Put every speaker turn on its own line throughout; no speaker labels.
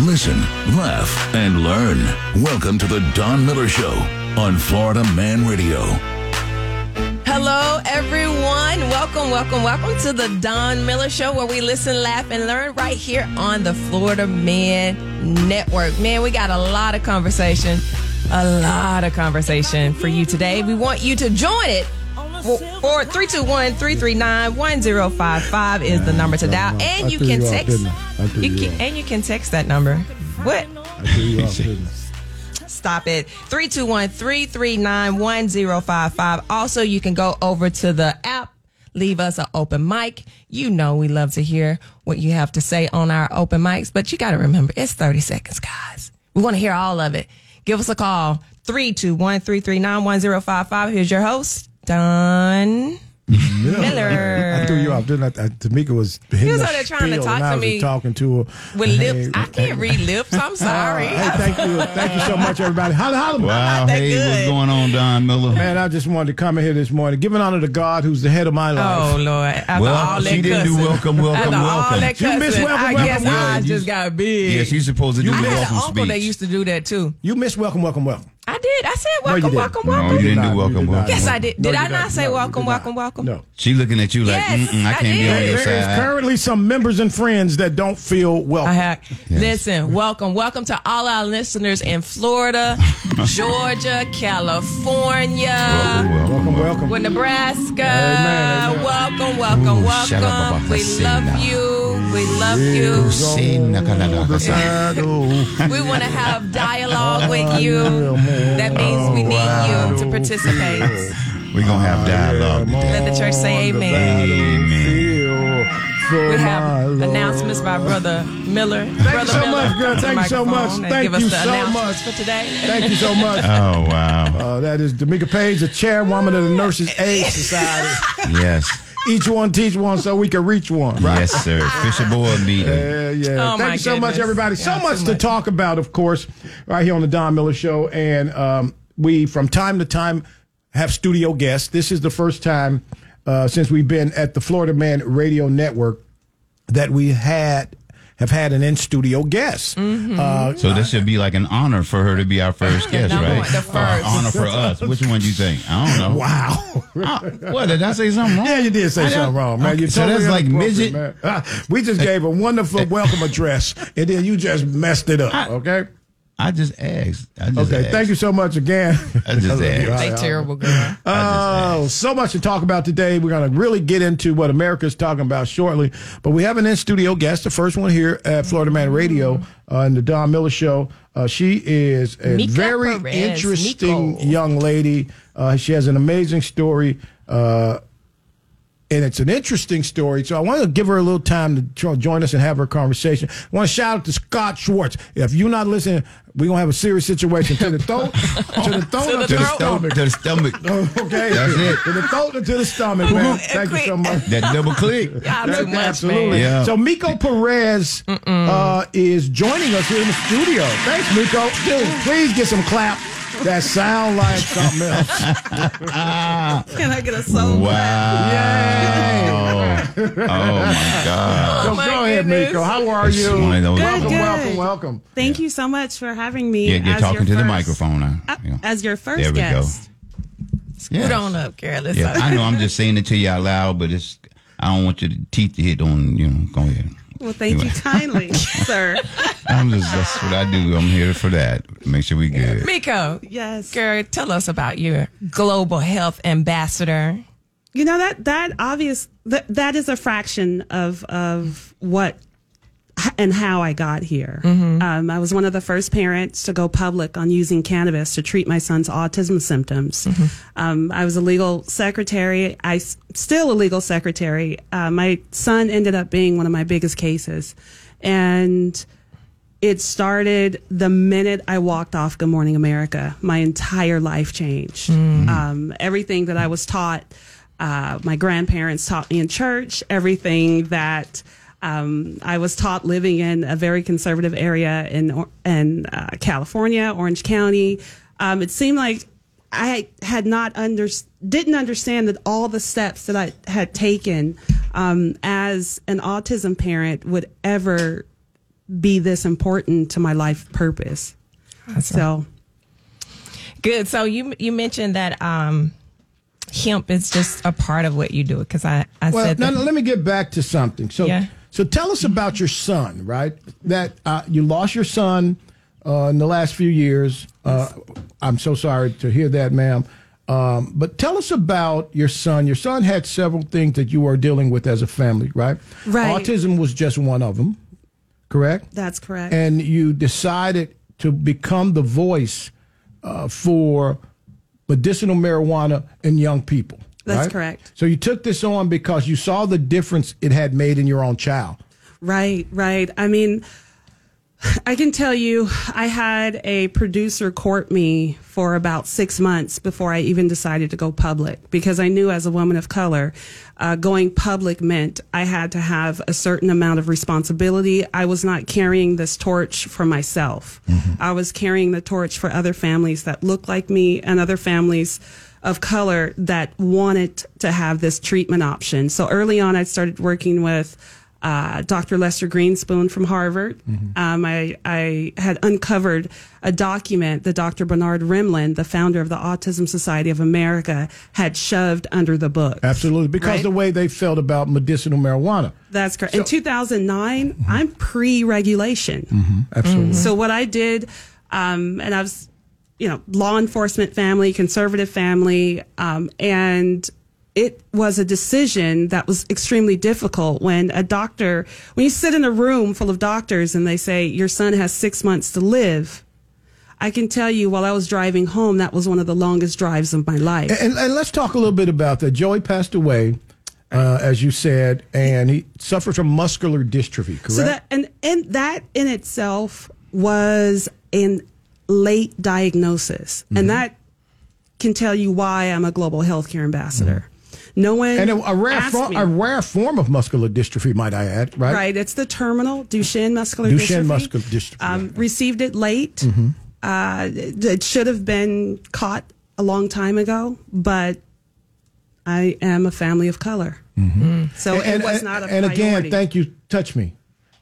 Listen, laugh, and learn. Welcome to The Don Miller Show on Florida Man Radio.
Hello, everyone. Welcome, welcome, welcome to the Don Miller Show, where we listen, laugh, and learn right here on the Florida Man Network. Man, we got a lot of conversation, a lot of conversation for you today. We want you to join it. Or 321 339 1055 is the number to dial.
I
And you
threw
can
you off,
text.
didn't I? I threw you
can,
off.
and you can text that number. What?
I threw you off, didn't
Stop it. 321 339 1055. Also, you can go over to the app, leave us an open mic. You know, we love to hear what you have to say on our open mics, but you got to remember it's 30 seconds, guys. We want to hear all of it. Give us a call 321 339 1055. Here's your host, Don
I? Yeah.
Miller.
I threw you off, didn't I? I Tamika was hitting
was
a
over there trying to
spiel,
talk
and I
to
was
me
talking to her.
with
Hey,
lips. I can't read lips. I'm sorry.
Hey, thank you, thank you so much, everybody. Holla, holla.
Wow.
that
Hey, what's
good.
going on, Don Miller?
Man, I just wanted to come in here this morning, giving honor to God, who's the head of my
Oh
life.
Lord! After
Well,
all
she
that
didn't do
cussing.
welcome, welcome,
After All
welcome.
that
You missed
cussing,
welcome,
I
welcome,
guess
welcome.
I
Yeah, you-
just got big.
Yes, you're supposed to do the
I had an
welcome
uncle
speech.
that used to do that too.
You missed welcome, welcome, welcome.
I did. I said
No, you
welcome,
didn't.
welcome,
No,
welcome.
you didn't do
not.
welcome,
did not.
welcome.
Yes, I did.
No,
Did
you
I
did
not say
No, you
welcome,
did not.
welcome, welcome?
No.
She looking at you like,
Yes,
mm-mm, I
I
can't be on
did.
your
There is
side.
currently some members and friends that don't feel welcome.
I had. Listen, welcome, welcome to all our listeners in Florida, Georgia, California,
welcome, welcome.
with Nebraska.
Amen, amen.
Welcome, welcome,
Ooh, shut up
welcome.
about
We
that
love
sinner.
you. We love you. We want to have
Oh,
dialogue with you. That means we need you to participate.
We're going to
Oh,
have dialogue today.
Let the church say amen. We have announcements by Brother Miller. Thank
you so much, girl. Thank you so much. Thank
give us
you
the
so
announcements
much.
for today.
Thank you so much.
Oh, wow.
Uh, that is D'Amica Page, the chairwoman of the Nurses Aid Society.
Yes.
Each one teach one so we can reach one, right?
Yes, sir. Fisher board meeting.
Yeah, yeah.
Oh,
Thank
my
you so much,
goodness.
everybody.
Yeah,
so
so
much to
much.
talk about, of course, right here on the Don Miller Show. And um, we, from time to time, have studio guests. This is the first time uh, since we've been at the Florida Man Radio Network that we had have had an in studio guest.
Mm-hmm.
Uh,
So this should be like an honor for her to be our first guest,
Number
right?
one, the
Or an
first.
honor for us. Which one do you think? I don't know.
wow.
Uh, what, did I say something wrong?
Yeah, you did
I
say something
don't-
wrong, man.
Okay,
You
so that's like midget.
Man. Ah, we just gave a wonderful welcome address, and then you just messed it up. Okay.
I just asked. I just
Okay.
asked.
Thank you so much again.
I just
love you.
asked.
They terrible, girl.
I
Oh, so much to talk about today. We're going to really get into what America's talking about shortly. But we have an in studio guest, the first one here at Florida Man Radio uh, and the Don Miller Show. Uh, she is a
Mika
very
Perez,
interesting
Miko.
young lady. Uh, she has an amazing story. Uh, and it's an interesting story. So I want to give her a little time to jo- join us and have her conversation. I want to shout out to Scott Schwartz. If you're not listening, we're gonna have a serious situation to the throat, to the throat,
To
or
the
to the
throat.
stomach.
To the stomach.
Okay,
That's it.
To the throat and to the stomach, man. Thank you so much.
that double click.
Y'all Ah, too much,
Absolutely.
man.
Yeah.
So Miko Perez uh, is joining us here in the studio. Thanks, Miko. Dude, please get some clap that sound like something else.
Can I get a soul?
Wow. Oh my God.
So
Oh, my
go ahead,
goodness.
Miko. How are
It's
you?
one of those-
welcome,
Good,
welcome,
good.
welcome.
Thank you so much for having me.
Yeah, you're
as
talking
your
to the
first-
microphone now.
uh,
Yeah.
As your first
There we go.
guest.
Yes.
Put on up, girl. It's
Yeah,
all-
I know I'm just saying it to you out loud, but it's I don't want your teeth to hit on, you know, go ahead.
Well, thank you kindly, sir.
I'm just that's what I do. I'm here for that. Make sure we good.
Miko,
Yes.
girl, tell us about your global health ambassador.
You know that that obvious that that is a fraction of of what and how I got here. Um, I was one of the first parents to go public on using cannabis to treat my son's autism symptoms. Um, I was a legal secretary. I s- still a legal secretary. Uh, my son ended up being one of my biggest cases, and it started the minute I walked off Good Morning America. My entire life changed. Um, everything that I was taught, uh, my grandparents taught me in church, everything that um, I was taught living in a very conservative area in, Or- in uh, California, Orange County. Um, it seemed like I had not under didn't understand that all the steps that I had taken um, as an autism parent would ever be this important to my life purpose. so
Good. So you you mentioned that um, hemp is just a part of what you do because I I
Well,
said
no,
that.
no, let me get back to something. So,
Yeah.
so tell us about your son, right? That uh, you lost your son uh, in the last few years. Uh, I'm so sorry to hear that, ma'am. Um, but tell us about your son. Your son had several things that you were dealing with as a family, right?
Right.
Autism was just one of them, correct?
that's correct.
and you decided to become the voice uh, for medicinal marijuana in young people.
That's
right?
correct.
So you took this on because you saw the difference it had made in your own child.
Right, right. I mean, I can tell you, I had a producer court me for about six months before I even decided to go public because I knew as a woman of color, uh, going public meant I had to have a certain amount of responsibility. I was not carrying this torch for myself. I was carrying the torch for other families that looked like me and other families of color that wanted to have this treatment option. So early on, I started working with uh, Dr. Lester Greenspoon from Harvard. Um, I, I had uncovered a document that Dr. Bernard Rimland, the founder of the Autism Society of America, had shoved under the book.
Absolutely, because
Right.
the way they felt about medicinal marijuana.
That's correct. In 2009, I'm pre regulation.
Absolutely.
So what I did, um, and I was, you know, law enforcement family, conservative family, um, and it was a decision that was extremely difficult when a doctor, when you sit in a room full of doctors and they say your son has six months to live. I can tell you, while I was driving home, that was one of the longest drives of my life.
And, and let's talk a little bit about that. Joey passed away, uh, as you said, and he suffered from muscular dystrophy. Correct.
So that and and that in itself was an late diagnosis,
Mm-hmm.
and that can tell you why I'm a global healthcare ambassador. No one
Mm-hmm. and a, a rare,
asked
fo-
me.
a rare form of muscular dystrophy, might I add, right?
right. It's the terminal Duchenne muscular
Duchenne
dystrophy.
muscular dystrophy. Mm-hmm.
Um, received it late. Uh, it it should have been caught a long time ago, but I am a family of color, so it was not a
Mm-hmm. and again,
priority.
thank you. Touch me.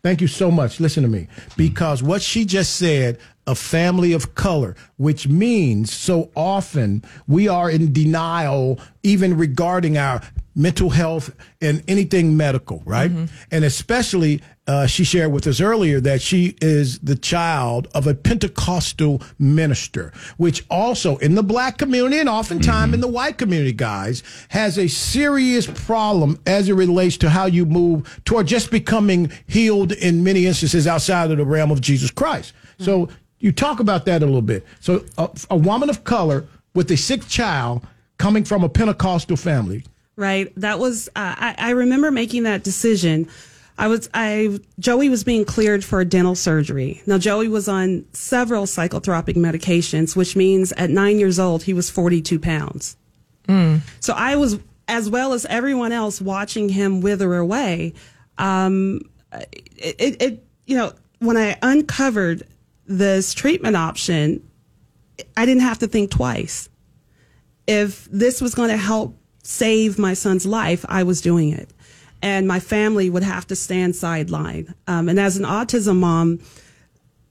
Thank you so much. Listen to me. Because what she just said, a family of color, which means so often we are in denial, even regarding our mental health and anything medical, right?
Mm-hmm.
And especially, uh, she shared with us earlier that she is the child of a Pentecostal minister, which also in the black community and oftentimes in the white community, guys, has a serious problem as it relates to how you move toward just becoming healed in many instances outside of the realm of Jesus Christ. So you talk about that a little bit. So a, a woman of color with a sick child coming from a Pentecostal family.
right? That was uh, I, I remember making that decision. I was I Joey was being cleared for dental surgery. Now Joey was on several psychotropic medications, which means at nine years old he was forty two pounds. So I was as well as everyone else watching him wither away. Um, it, it, it you know when I uncovered this treatment option, I didn't have to think twice if this was going to help save my son's life, I was doing it. And my family would have to stand sideline. Um, and as an autism mom,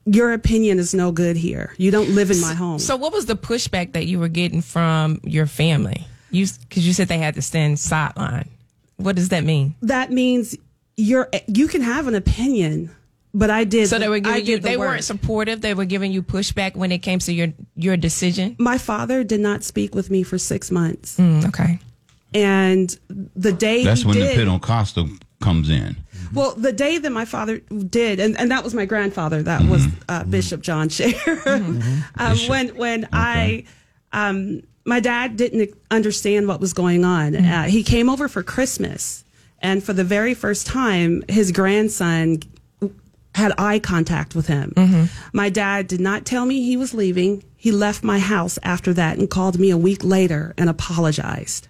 your opinion is no good here. You don't live in my home.
So what was the pushback that you were getting from your family? You because you said they had to stand sideline. What does that mean?
that means you're, you can have an opinion, but I did.
So they were
I
giving
did
you,
the
they
work.
weren't supportive. They were giving you pushback when it came to your your decision.
My father did not speak with me for six months.
Mm, okay.
And the day
That's
he
when
did,
the Pentecostal comes in.
Well, the day that my father did, and, and that was my grandfather, that was
Mm-hmm.
uh, Bishop John Sharer. um, when when I, um, my dad didn't e, understand what was going on.
Hmm.
Uh, he came over for Christmas, and for the very first time, his grandson had eye contact with him. My dad did not tell me he was leaving. He left my house after that and called me a week later and apologized.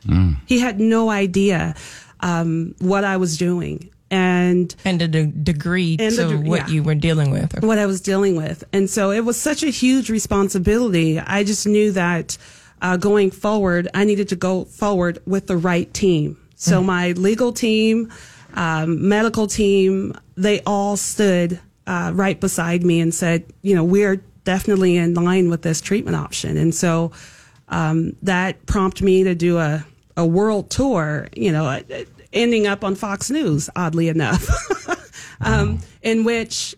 He had no idea um, what I was doing. And
And the de- degree
And
to
the de-
what
yeah.
you were dealing with.
what I was dealing with. And so it was such a huge responsibility. I just knew that uh, going forward, I needed to go forward with the right team. So my legal team, um, medical team, they all stood uh, right beside me and said, you know, we're definitely in line with this treatment option. And so um, that prompted me to do a, a world tour, you know, uh, uh, ending up on Fox News, oddly enough, um, in which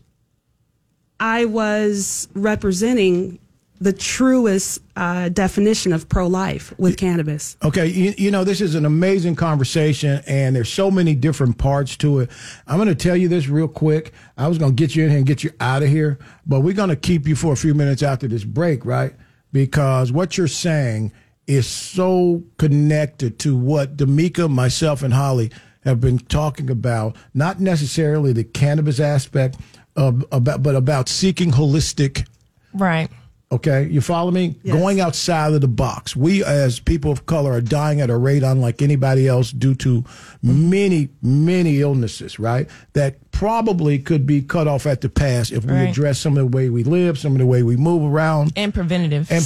I was representing the truest uh, definition of pro life with cannabis.
Okay, you, you know, this is an amazing conversation, and there's so many different parts to it. I'm going to tell you this real quick. I was going to get you in here and get you out of here, but we're going to keep you for a few minutes after this break, right? Because what you're saying is so connected to what D'Amica, myself, and Holly have been talking about, not necessarily the cannabis aspect, of, about, but about seeking holistic
Right.
Okay, you follow me?
Yes.
Going outside of the box. We, as people of color, are dying at a rate unlike anybody else due to many, many illnesses, right? That probably could be cut off at the pass if we
Right.
address some of the way we live, some of the way we move around,
And preventative.
and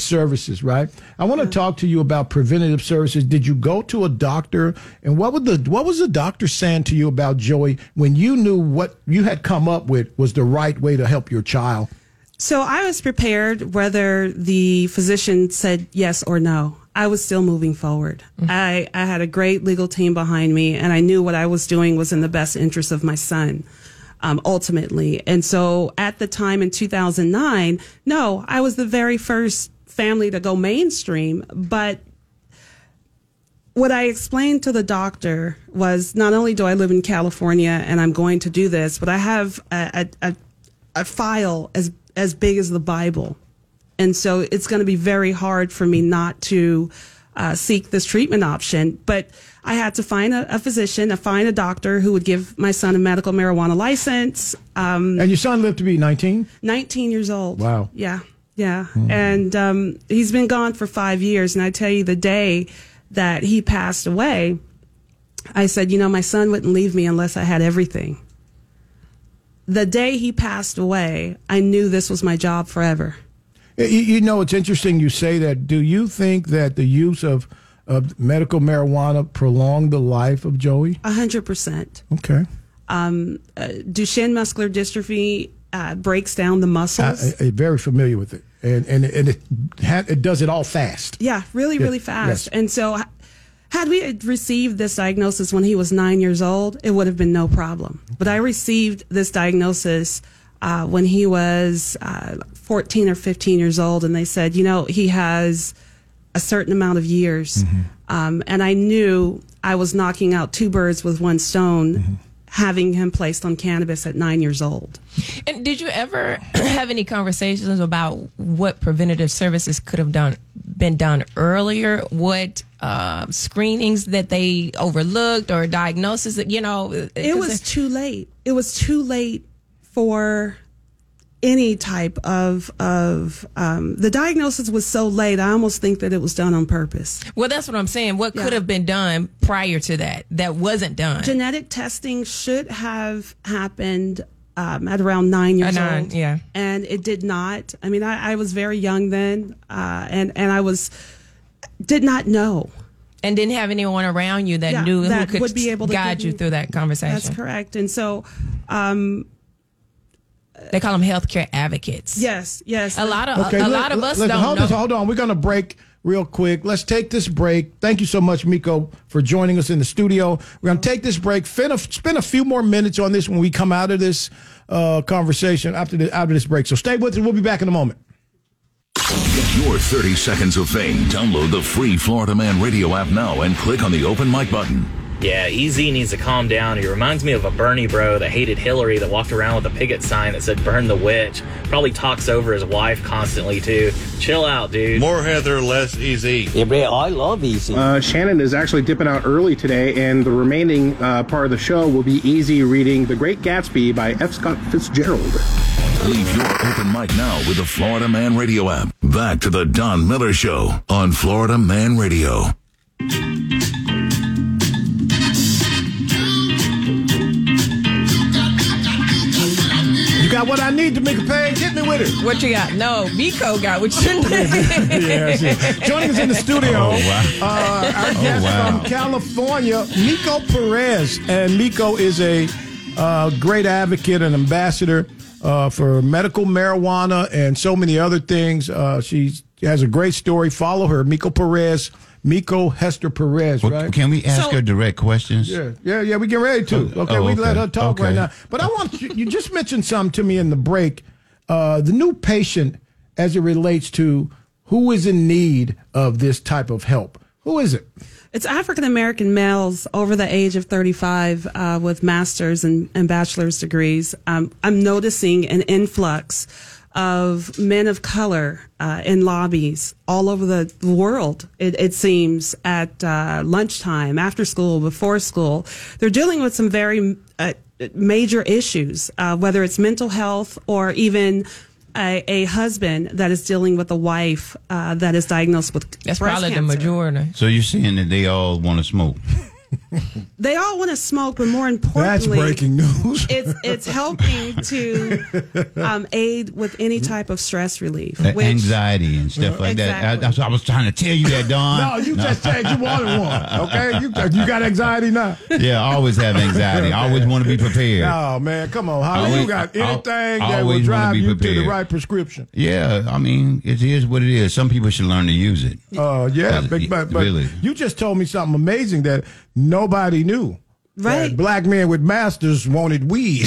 services. Mm.
services, right? I want to talk to you about preventative services. Did you go to a doctor, and what would the what was the doctor saying to you about Joey when you knew what you had come up with was the right way to help your child?
So I was prepared whether the physician said yes or no. I was still moving forward. I, I had a great legal team behind me, and I knew what I was doing was in the best interest of my son, um, ultimately. And so at the time in 2009, no, I was the very first family to go mainstream, but what I explained to the doctor was not only do I live in California and I'm going to do this, but I have a, a, a, a file as as big as the Bible, and so it's going to be very hard for me not to uh, seek this treatment option. But I had to find a, a physician, I find a doctor who would give my son a medical marijuana license. Um,
Mm.
And your son lived to be 19?
19 years old.
Wow.
Yeah. Yeah. And um, he's been gone for five years. And I tell you, the day that he passed away, I said, you know, my son wouldn't leave me unless I had everything. The day he passed away, I knew this was my job forever.
You, you know, it's interesting you say that. Do you think that the use of, of medical marijuana prolonged the life of Joey?
A 100%.
Okay.
uh, Duchenne muscular dystrophy uh, breaks down the
I,
muscles.
I, am very familiar with it. And, and, and it, ha- it does it all fast.
Yeah, really, really
yes.
fast. And so, h- had we had received this diagnosis when he was nine years old, it would have been no problem. But I received this diagnosis uh, when he was uh, 14 or 15 years old, and they said, you know, he has a certain amount of years.
Mm-hmm.
Um, and I knew I was knocking out two birds with one stone.
Mm-hmm.
Having him placed on cannabis at nine years old.
And did you ever have any conversations about what preventative services could have done been done earlier? What uh, screenings that they overlooked or diagnoses that you know?
it was too late. It was too late for any type of of um, the diagnosis was so late. I almost think that it was done on purpose.
well. That's what I'm saying. What could have been done prior to that that wasn't done?
Genetic testing should have happened um, at around nine years
nine,
old.
yeah.
and it did not. I mean, I, I was very young then, uh, and and I was did not know.
and didn't have anyone around you that
Yeah,
knew
that
who could
would be able to
guide
give
you
me-
through that conversation.
That's correct. And so, um,
They call them healthcare advocates.
yes, yes,
a lot of a, a
let-
lot of
let-
us
let-
don't
hold,
know.
on, hold on. We're going to break real quick. Let's take this break. Thank you so much, Miko, for joining us in the studio. We're going to take this break. Fin a, spend a few more minutes on this when we come out of this uh, conversation after the, out of this break. So stay with us. We'll be back in a moment.
Get your 30 seconds of fame. Download the free Florida Man radio app now and click on the open mic button.
Yeah, EZ needs to calm down. He reminds me of a Bernie bro that hated Hillary that walked around with a picket sign that said "Burn the witch." Probably talks over his wife constantly too. Chill out, dude.
More Heather, less easy.
Yeah, man, I love easy.
Uh, Shannon is actually dipping out early today, and the remaining uh, part of the show will be easy reading The Great Gatsby by F. Scott Fitzgerald.
Leave your open mic now with the Florida Man radio app. Back to the Don Miller Show on Florida Man Radio.
You got what I need to make a page. Hit me with it.
What you got? No, Miko got what you need.
Yes, yes. Joining us in the studio,
Oh, wow. Oh,
uh, our guest
wow.
from California, Nico Perez. And Nico is a uh, great advocate and ambassador uh, for medical marijuana and so many other things. Uh, she has a great story. Follow her, Miko Perez, Miko Hester Perez,
Well,
right?
Can we ask
So-
her direct questions?
Yeah, yeah, yeah. We get ready to. Okay,
Oh, oh,
we let
okay.
her talk right
Okay.
now. But I want you, you just mentioned something to me in the break. Uh, the new patient, as it relates to who is in need of this type of help. Who is it?
It's African American males over the age of 35 uh, with master's and, and bachelor's degrees. Um, I'm noticing an influx of men of color uh, in lobbies all over the world, it, it seems, at uh, lunchtime, after school, before school. They're dealing with some very uh, major issues, uh, whether it's mental health or even. A, a husband that is dealing with a wife uh, that is diagnosed with
That's
breast
probably the
cancer.
majority.
So you're saying that they all want to smoke?
they all want to smoke, but more importantly,
news.
It's it's helping to um, aid with any type of stress relief.
That
which-
anxiety and stuff like that. I,
Exactly.
that's what I was trying to tell you that, Don.
No, you just said you wanted one. Okay, you you got anxiety now.
Yeah, I always have anxiety. I always want to be prepared.
No, Oh, man, come on, Holly.
Always-
you got
al-
anything that will
always wanna
drive
be
you to the
prepared.
right prescription?
Yeah, I mean, it is what it is. Some people should learn to use it.
Uh, yeah,
But
but,
y-
but, but
really.
you just told me something amazing that nobody knew.
Right.
That black men with masters wanted weed.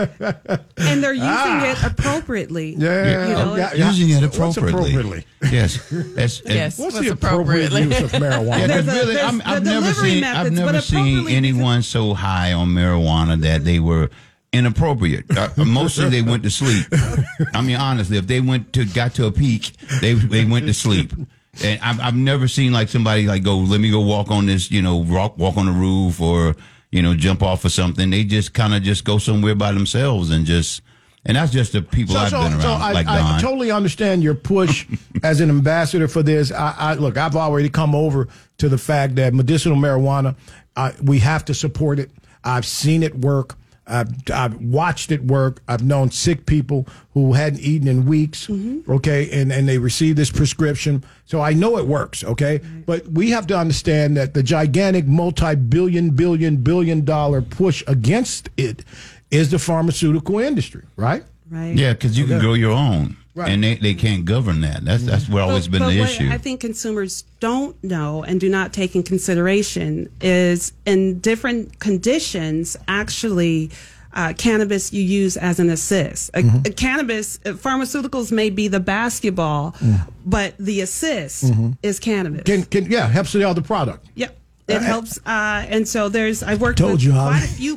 and they're using it appropriately.
Ah. Yeah.
You know,
Yeah.
Using it
What's
appropriately.
appropriately?
Yes. That's,
Yes.
What's
What's
the appropriate
appropriate?
use of
Yeah,
marijuana?
'cause
There's a-
really,
there's
I'm,
the
I've never
delivery
seen
methods,
I've
but
never seen
appropriately-
anyone so high on marijuana that they were inappropriate. Uh, mostly they went to sleep. I mean, honestly, if they went to got to a peak, they they went to sleep. And I've I've never seen like somebody like go let me go walk on this you know rock walk on the roof or you know jump off or something. They just kind of just go somewhere by themselves and just and that's just the people I've been around.
I,
like
I
Don.
totally understand your push as an ambassador for this. I, I look, I've already come over to the fact that medicinal marijuana, uh, we have to support it. I've seen it work. I've, I've watched it work. I've known sick people who hadn't eaten in weeks, okay, and, and they received this prescription. So I know it works, okay? But we have to understand that the gigantic multi billion, billion, billion dollar push against it is the pharmaceutical industry, right?
Right.
yeah, because you can grow your own,
Right.
and they, they can't govern that. That's that's what always been the
what
issue.
I think consumers don't know and do not take in consideration is in different conditions, actually, uh, cannabis you use as an assist. A,
Mm-hmm.
a cannabis, uh, pharmaceuticals may be the basketball, but the assist is cannabis.
Mm. Mm-hmm. can can yeah helps the other product.
Yep. It helps, uh, and so there's. I've worked
Told
with
you, Holly.
quite a few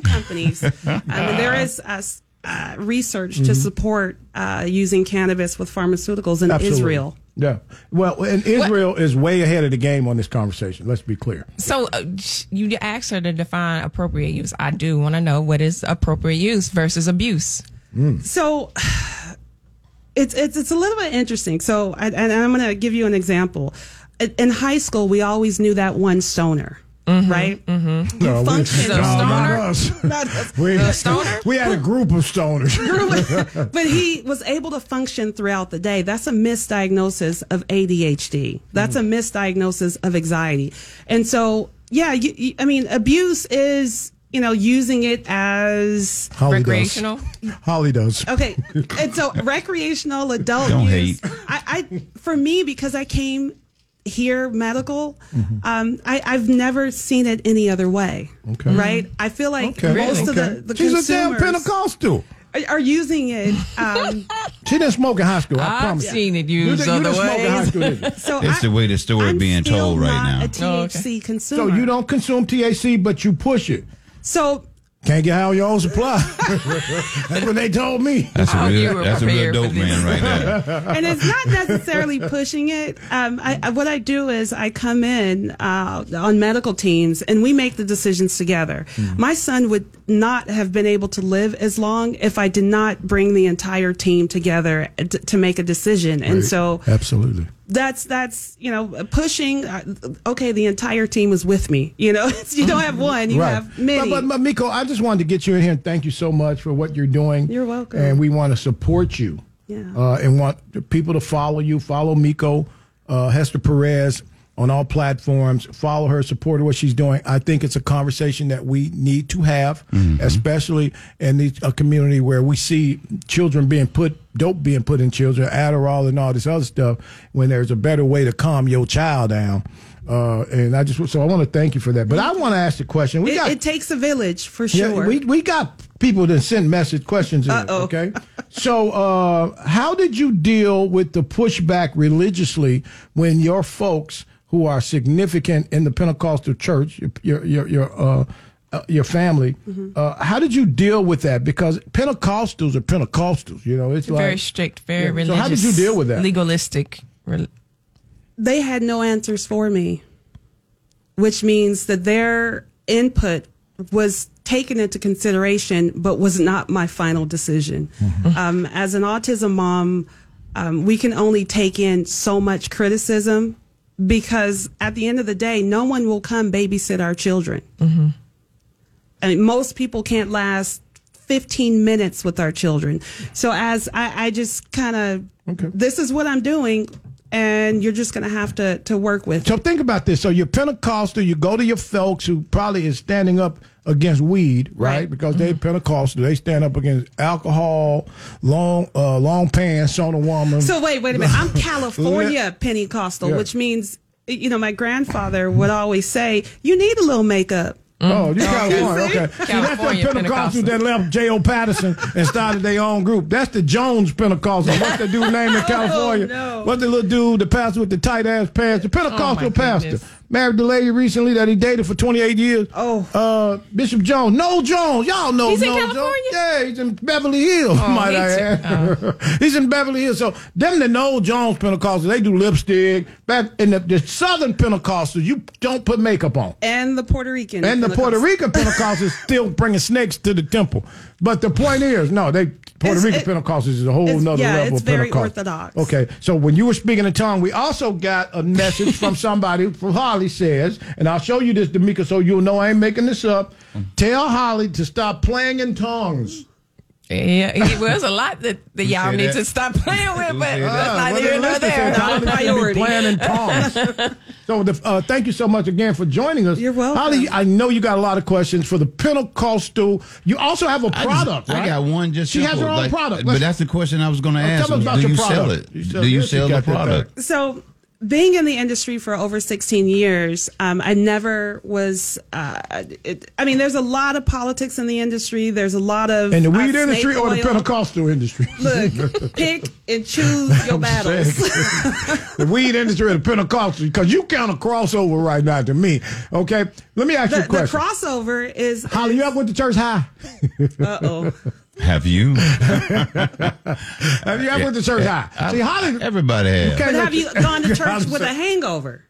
companies. um, and there is uh, s- uh, research
Mm-hmm.
to support uh, using cannabis with pharmaceuticals in
Absolutely.
Israel.
Yeah. Well, and Israel is way ahead of the game on this conversation. Let's be clear.
So uh, sh- you asked her to define appropriate use. I do want to know what is appropriate use versus abuse.
So it's it's it's a little bit interesting. So I, and I'm going to give you an example. In- In high school, we always knew that one stoner, right? Mm-hmm. You
Uh, we- Oh,
function-
So stoner-
Not us.
We,
stoner?
we had a group of stoners.
but he was able to function throughout the day. That's a misdiagnosis of ADHD. That's
Mm.
a misdiagnosis of anxiety. And so, yeah, you, you, I mean, abuse is, you know, using it as
Holly
Recreational?
Does. Holly does.
Okay, and so recreational adult
Don't hate.
use. I, I for me because I came here medical.
Mm-hmm.
Um, I, I've never seen it any other way.
Okay.
right. I feel like
Okay.
most of the, the
She's
consumers
a damn Pentecostal.
are- are using it. Um,
She didn't smoke in high school. I
I've
promise.
seen it
You,
used
didn't- you
other
didn't smoke in high
ways.
school. Did you?
so
It's
I,
the way the story
I'm
being
still
told right
not
now.
A
Oh,
THC
okay.
consumer.
So you don't consume THC, but you push it.
So
Can't get high on your own supply. That's what they told me.
That's
Oh,
a
you
real,
were
that's a real
prepared for
dope
this.
man right there.
and it's not necessarily pushing it. Um, I, I, what I do is I come in uh, on medical teams and we make the decisions together.
Hmm.
My son would not have been able to live as long if I did not bring the entire team together t- to make a decision. And so
Absolutely.
that's that's you know pushing. Uh, okay, the entire team was with me. You know, you don't have one, you have many.
But, but, but Miko, I just wanted to get you in here and thank you so much for what you're doing.
You're welcome.
And we want to support you.
Yeah.
Uh, and want the people to follow you, follow Miko, uh, Hester Perez, on all platforms. Follow her, support what she's doing. I think it's a conversation that we need to have, especially in the, a community where we see children being put, dope being put in children, Adderall and all this other stuff, when there's a better way to calm your child down. Uh, and I just, so I want to thank you for that. But I want to ask the question. We
It,
got,
it takes a village for
yeah,
sure.
we, we got people that send message questions in.
Uh-oh.
Okay. So, uh, how did you deal with the pushback religiously when your folks who are significant in the Pentecostal church, your, your, your, uh, uh, your family,
Mm-hmm.
uh, how did you deal with that? Because Pentecostals are Pentecostals, you know. It's like
very strict, very
Yeah.
religious.
So how did you deal with that?
Legalistic. Rel-
they had no answers for me, which means that their input was taken into consideration, but was not my final decision. Um, as an autism mom, um, we can only take in so much criticism because at the end of the day, no one will come babysit our children. I mean, most people can't last 15 minutes with our children. So as I, I just kind of, this is what I'm doing, and you're just going to have to to work with.
So think about this. So you're Pentecostal. You go to your folks who probably is standing up against weed, right?
Right.
Because they Pentecostal. They stand up against alcohol, long uh, long pants on a woman.
So wait, wait a minute. I'm California Pentecostal,
Yeah.
which means you know my grandfather would always say you need a little makeup.
oh, you got one. Okay. See, that's the
Mm. California Pentecostal.
Pentecostal that left J.O. Patterson and started their own group. That's the Jones Pentecostal. What's the dude named in
Oh,
California?
no.
What's the little dude, the pastor with the tight ass pants? The Pentecostal pastor.
Oh, goodness.
Married the lady recently that he dated for 28 years.
Oh.
Uh, Bishop Jones. No Jones. Y'all know
He's in
Noel Jones.
California?
Yeah, he's in Beverly Hills, might
he
I
too- Uh-huh.
add. he's in Beverly Hills. So them the Noel Jones Pentecostals, they do lipstick. Back in the, the Southern Pentecostals, you don't put makeup on.
And the Puerto Rican
And the Puerto Rican Pentecostals still bringing snakes to the temple. But the point is, no, they Puerto
It's-
Rican
it-
Pentecostals is a whole
it's-
nother
yeah,
level
it's
of
very
Pentecostal.
orthodox.
Okay, so when you were speaking in tongue, we also got a message from somebody from Holly says, and I'll show you this, D'Amica, so you'll know I ain't making this up. Tell Holly to stop playing in tongues.
Yeah, it was a lot that, that y'all
said
need
that?
to stop playing with,
Who
but
said
that's
that?
not here nor there.
Not a priority.
Planning palms. so, the, uh, thank you so much again for joining us.
You're welcome.
Holly, I know you got a lot of questions for the Pentecostal. You also have a
I
product,
just- I
right?
got one just
She has
simple,
her own
like-
product.
But
Let's- Oh,
that's the question I was going to
tell
ask.
us about
do
your
you sell
product.
it?
You sell-
do you
yes, you
sell
got
the
that
product?
So being in the industry for over 16 years, um, I never was. Uh, it, I mean, there's a lot of politics in the industry. There's a lot of
In the
uh,
weed
snake
industry or the
oil.
Pentecostal industry?
Look, pick and choose your battles.
the weed industry or the Pentecostal? Because you count a crossover right now to me. Okay, let me ask
the,
you a
the
question.
crossover is
Holly, you up with the church high?
Uh oh.
Have you?
Have you up with the church high? See, Holly,
Everybody has.
Okay.
But have you gone to church
I'm
with a
saying-
hangover?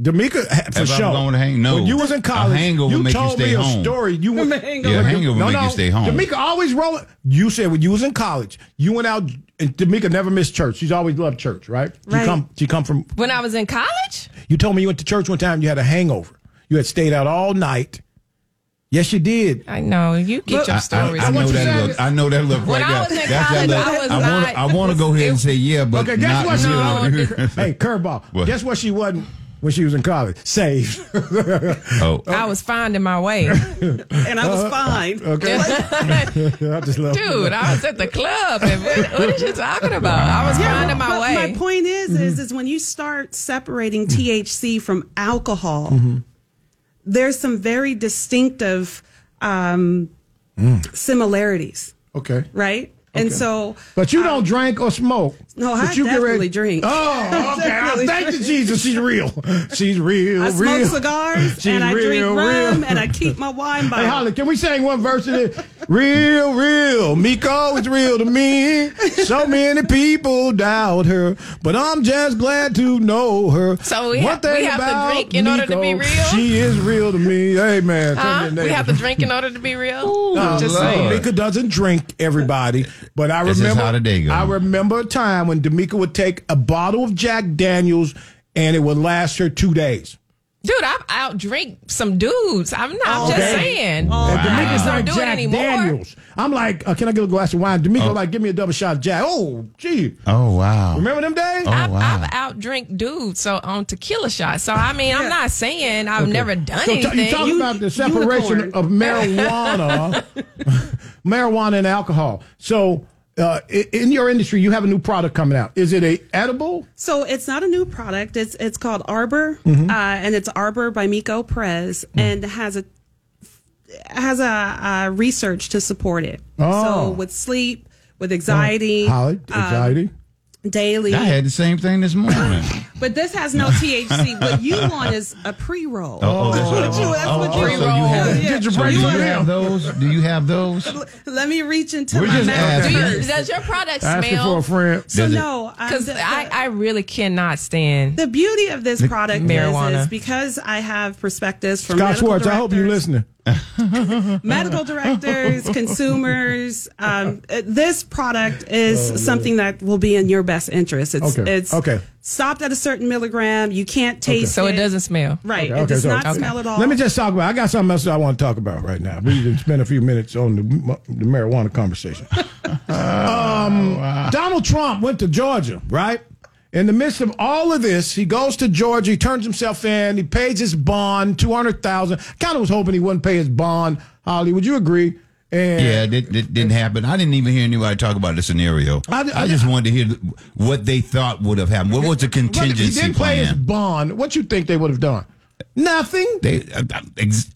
D'Amica, ha- for
If I'm
sure.
going to hang- no.
When you was in
A
college,
hangover
you
make you
told
stay
me a
home.
story. You went,
Yeah, hangover
hangover
no,
make
no,
you stay home.
D'Amica always roll. You said when you was in college, you went out. And D'Amica never missed church. She's always loved church, right? She
Right.
come, she come from.
When I was in college,
You told me you went to church one time. You had a hangover. You had stayed out all night. Yes, you did.
I know you get
Look,
your
I-
stories.
I, I know
you
that
said.
look. I know that look
When
right
I
now.
was in
That's that
college,
look.
I was
I wanna-
not-
I want to go ahead and say yeah, but
Okay, guess
not
what?
until-
No.
Hey, curveball.
What?
Guess what she wasn't when she was in college? Saved.
Oh,
I was finding my way, dude.
And I was
Uh,
fine.
Okay. I just love
I was at the club, and what, what are you talking about? I was finding my
But
way.
my point is,
Mm-hmm.
is, is when you start separating THC from alcohol,
Mm-hmm.
there's some very distinctive um, similarities,
Mm. Okay.
right? And so,
But you don't drink or smoke.
No, I
But you get ready-
definitely drink.
Oh, okay. I
Definitely
thank you,
drink.
Jesus. She's real. She's real.
I smoke
real.
cigars
She's
and I
real,
drink rum
real.
and I keep my wine
Hey,
bottle.
Holly, can we sing one verse of it? Real, real. Miko is real to me. So many people doubt her, but I'm just glad to know her.
So we ha-
one
we
thing
have to
about
drink in order to be
Miko,
real?
She is real to me. Amen.
Huh? We have to drink in order to be real.
Oh,
Just
Lord.
saying.
D'Amica doesn't drink everybody, but I
This is
remember
how the day go.
I remember a time when D'Amica would take a bottle of Jack Daniels and it would last her two days.
Dude, I've outdrink some dudes. I'm not I'm just
Okay.
saying.
And
I
D'Amico's
just don't
like
do it
Jack
anymore.
Daniels. I'm like, uh, can I get a glass of wine? D'Amico like, give me a double shot of Jack. Oh, gee.
Oh wow.
Remember them days?
I've,
wow.
I've outdrank dudes so on tequila shots. So I mean, I'm not saying I've never done
So t-
anything.
you talk
You-
about the separation
unicorn.
of marijuana, marijuana and alcohol. So, uh, i- in your industry, you have a new product coming out. Is it a edible?
So it's not a new product. It's it's called Arbor,
Mm-hmm.
uh, and it's Arbor by Miko Perez,
Mm.
and has a has a uh, research to support it.
Oh.
So with sleep, with
Uh,
anxiety, um,
Holly, anxiety.
daily.
I had the same thing this morning.
But this has no THC. What you want is a pre roll.
oh, that's what I want.
that's
Oh,
what
oh,
you
so you have-
Yeah.
Did you
So
break
do you
them
have
down?
those? Do you have those?
Let me reach into
We're
my
just
mouth.
do
asking.
you, does your product
Asking for a
smell?
friend.
So
Does it-
no, um,
Because
the- the-
I, I really cannot stand.
the beauty of this product
Marijuana.
is, is because I have perspectives from
Scott
medical
Schwartz, I hope you're
directors.
listening. Oh.
medical directors, consumers. Um, uh, this product is something that will be in your best interest. It's
Oh, Okay,
it's
okay.
stopped at a certain milligram. You can't taste
so it doesn't smell.
right.
Okay,
it does
so-
not
okay.
smell at all.
Let me just talk about. I got something else that I want to talk about right now. We can spend a few minutes on the, the marijuana conversation.
Oh,
um, Donald Trump went to Georgia, right? In the midst of all of this, he goes to Georgia. He turns himself in. He pays his bond, two hundred thousand. Kind of was hoping he wouldn't pay his bond. Holly, would you agree? And
Yeah, that, that didn't happen. I didn't even hear anybody talk about the scenario.
I-
I,
I-
just wanted to hear th- what they thought would have happened. What was the
But if he
contingency
didn't pay his
plan?
bond, what you think they would have done? Nothing.
They, uh, uh, ex-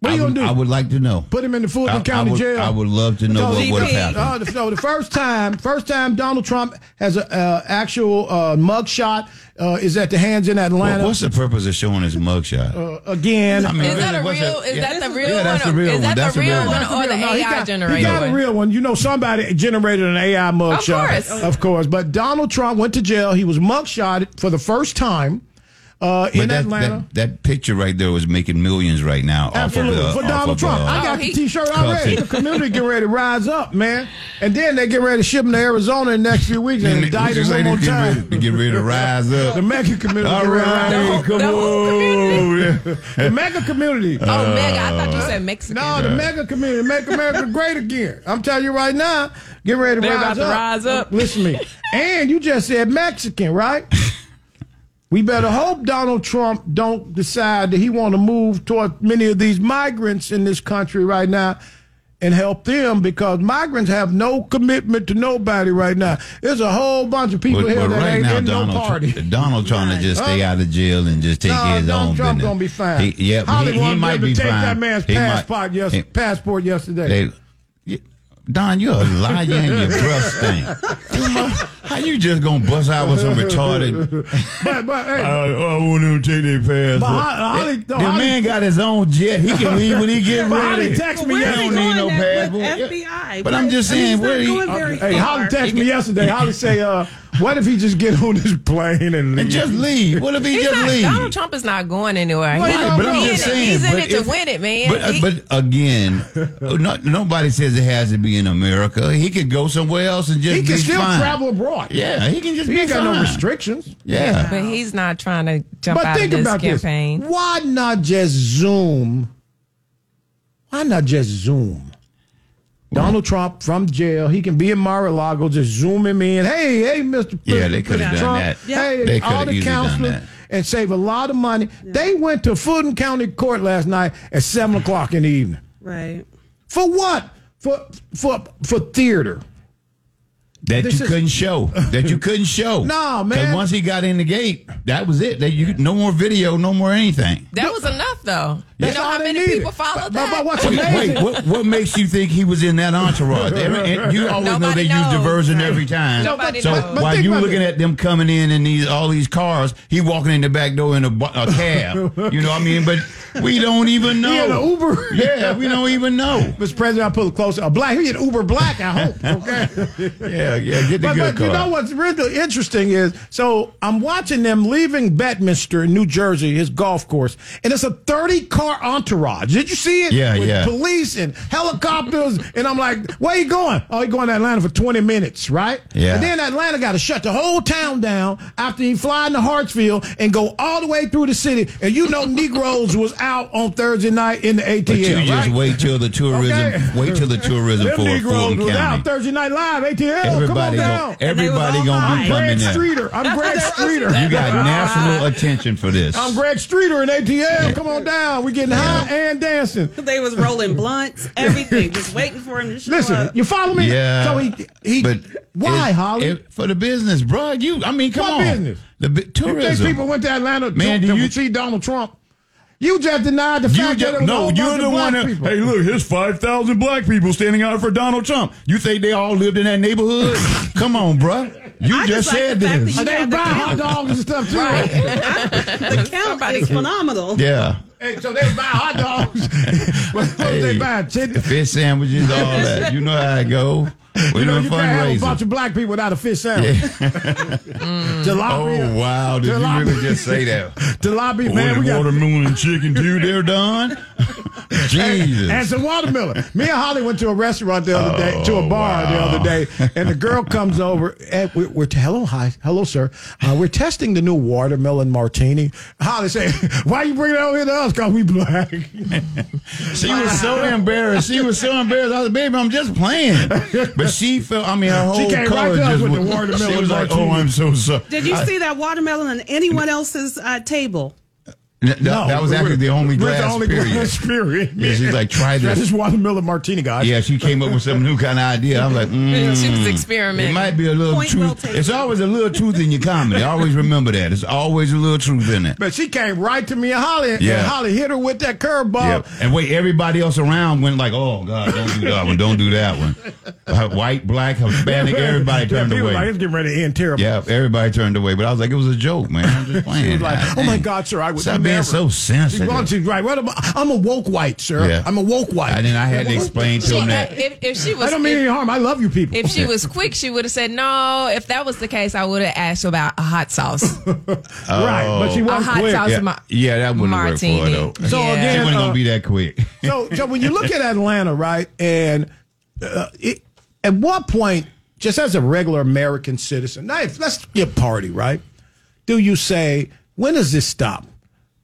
What are
I
you
would-
gonna do?
I would like to know.
Put him in the
I-
Fulton
I
County
would-
Jail.
I would love to know
Because
what
he
would have
did.
happened.
Uh, so the first time, first time Donald Trump has a uh, actual uh, mugshot uh, is at the hands in Atlanta Uh,
Well, what's the purpose of showing his mugshot?
again.
I mean,
Is that a
what's
real? Is that the real
yeah, that's
one?
the
or-
real
is
one.
that
That's
the
the
real
real
one
one.
or the
No, he
AI
got- He
generated
got a
one?
real one. You know, somebody generated an AI mugshot.
course.
Of course. But Donald Trump went to jail. He was mugshotted for the first time uh, in
But that,
Atlanta.
that, that picture right there was making millions right now.
Absolutely.
Off of, uh,
For
off
Donald
of,
Trump.
uh,
I got
Oh,
the
he-
t shirt already. The
Cuffing.
community get ready to rise up, man. And then they get ready to ship him to Arizona in the next few weeks and indict
Just say
him one more
they get
time.
ready- they Get ready to rise up.
The mega community.
All
get ready to rise
right,
up.
The whole-
come
the whole
on.
The mega community.
Uh,
Oh, Meg, I thought you said Mexican.
Uh, No, the mega community. Make America great again. I'm telling you right now. Get ready to
They're about
rise
to
up.
rise up.
Listen to me. And you just said Mexican, right? We better hope Donald Trump don't decide that he want to move toward many of these migrants in this country right now and help them because migrants have no commitment to nobody right now. There's a whole bunch of people
But,
here
but
that
right
ain't
now,
in
Donald,
no party.
Tr- Donald trying to just stay out of jail and just take
No,
his
Donald
own
Trump
business.
gonna be fine.
He, yeah,
Holly
he, he
wanted
might
them
be
to take
fine.
that man's
He might-
passport, yes,
he-
passport yesterday.
they, yeah, Don, you're a liar and your breath stink. How you just gonna bust out with some retarded?
but but hey,
I won't even take their
But Ho- Holly-
The
no, Holly-
man got his own jet. He can leave when he get
But Holly
ready.
text me
He
Where
yesterday.
don't
are we
need
going
no
at with
passport.
FBI?
But I'm just
I
saying,
mean, he's not
where he-
going very
Hey, Holly
far.
texted me yesterday. Holly say, uh, what if he just get on this plane and leave?
And just leave. What if he
He's
just
not,
leave?
Donald Trump is not going anywhere.
Well,
He-
you know,
But I'm
he
just
in it.
saying,
he's in
but
it to
if-
win it, man.
But, uh,
He-
but again, not, nobody says it has to be in America. He could go somewhere else and just
he
be
can still
fine.
travel abroad.
Yeah, he can just
He
be
ain't got no
fine.
restrictions.
Yeah.
But he's not trying to jump
but
out
think
of this
about
campaign.
this. Why not just Zoom? Why not just Zoom? Donald Trump from jail. He can be in Mar-a-Lago. Just zoom him in. Hey, hey, Mr.
Yeah, they
Mr.
coulda done
Trump.
that. Yeah.
Hey,
They coulda
all the
easily done
counselors
that.
and save a lot of money. They went to Fulton County Court last night at seven o'clock in the evening.
Right.
For what? For for for theater.
That
This
you
is-
couldn't show. That you couldn't show.
Nah,
'Cause
man.
once he got in the gate, that was it. That you no more video, no more anything.
That was enough, though. you
That's
know
all
how
they
many
needed.
people followed
But- but-
that?
but what's
Wait,
amazing?
wait, what, what makes you think he was in that entourage? Every- and you always know
Nobody
they
knows,
use diversion
right.
every time.
Nobody
so
knows.
But
while
think
you
about
looking
this.
at them coming in in these all these cars, he walking in the back door in a, bu- a cab. you know what I mean? But we don't even know.
in an Uber?
Yeah, we don't even know.
Mr. President, I pull it closer. A black, he an Uber black. I hope. Okay.
Yeah, yeah, get the
but,
good
but you
card.
know what's really interesting is so I'm watching them leaving Bedminster, New Jersey, his golf course, and it's a 30 car entourage. Did you see it?
Yeah,
With
yeah.
Police and helicopters, and I'm like, where you going? Oh, he going to Atlanta for 20 minutes, right?
Yeah.
And then Atlanta got to shut the whole town down after he fly into Hartsfield and go all the way through the city, and you know Negroes was out on Thursday night in the ATL.
But you just
right?
wait till the tourism.
Okay.
Wait till the tourism
Them
for
Negroes
Fulton
was out
County.
Thursday Night Live, ATL.
Everybody,
come
gonna,
on down.
everybody
all
gonna
mine.
be
Greg
coming in.
Streeter. I'm Greg Streeter.
You got national attention for this.
I'm Greg Streeter in ATL. Come on down. We're getting high and dancing.
They was rolling blunts, everything, just waiting for him to show
Listen,
up.
you follow me?
Yeah.
So he, he
but
why,
it-
Holly?
it- for the business, bro. You, I mean, come
What
on.
business?
The bi-
you think
tourism.
people went to Atlanta
Man,
to,
do
to
you-
see Donald Trump? You just denied the
You
fact that it
just,
was a
no,
whole
you're
bunch
the
of
one.
black
That,
people.
hey, look, here's five thousand black people standing out for Donald Trump. You think they all lived in that neighborhood? Come on, bruh. You
I
just
just like
said
the fact
this.
and
that you-
they
had
buy
the
hot
count.
dogs and stuff too.
The count is phenomenal.
yeah.
Hey, so they buy hot dogs. but what
Hey,
they buy chicken.
fish sandwiches, all that. You know how I go. We're
You know,
doing
you can't have a bunch
fundraisers.
of black people without a fish sandwich. Tilapia.
Oh wow! Did you
Tilapia.
really just say that?
Tilapia, man.
With
We got
watermelon and chicken too. There, Don. Jesus.
and some watermelon. Me and Holly went to a restaurant the other day, to a
Oh,
bar the
wow.
other day, and the girl comes over and we, we're hello, hi, hello, sir. Uh, we're testing the new watermelon martini. Holly say, "Why you bringing it over here to us? Cause we black."
She was so embarrassed. She was so embarrassed. I was, baby, I'm just playing. But she felt. I mean, her whole
came right
color
to us
just
with the
went-
watermelon
She was like,
martini.
"Oh, I'm so sorry."
Did you see that watermelon on anyone else's uh, table?
N- no, that was actually the only
we're the
glass.
only
period.
glass period.
Yeah, she's like, "Try
That is
this."
watermelon martini, guys.
Yeah, she came up with some new kind of idea. I was like, mm,
She was
It
experimenting.
might be a little
Point well
truth.
taken.
it's always a little truth in your comedy. Always remember that. It's always a little truth in it.
But she came right to me and Holly,
Yeah.
and Holly hit her with that curveball.
Yep. And wait, everybody else around went like, "Oh God, don't do that one. Don't do that one." Uh, White, black, Hispanic, everybody
Yeah,
turned
people
away.
Like, it's getting ready to end terrible.
Yeah, everybody turned away, but I was like, it was a joke, man. I'm just playing.
She was like,
God
"Oh my
dang.
God, sir, I would
Stop
never."
being so
She
sensitive."
wants to right. What am I? I'm a woke white, sir.
Yeah.
I'm a woke white.
and then I had to explain to him that.
if, if she was,
I don't mean any
if,
harm. I love you people.
if she was quick, she would have said no. If that was the case, I would have asked about a hot sauce.
right, but she
A
wasn't
hot
quick.
sauce
Yeah,
ma-
yeah, that wouldn't work for her
martini.
though.
So
yeah.
She
again-
wasn't
uh,
gonna be that quick.
So, so when you look at Atlanta, right, and uh, it, at what point, just as a regular American citizen, now if, let's get party, right? Do you say when does this stop?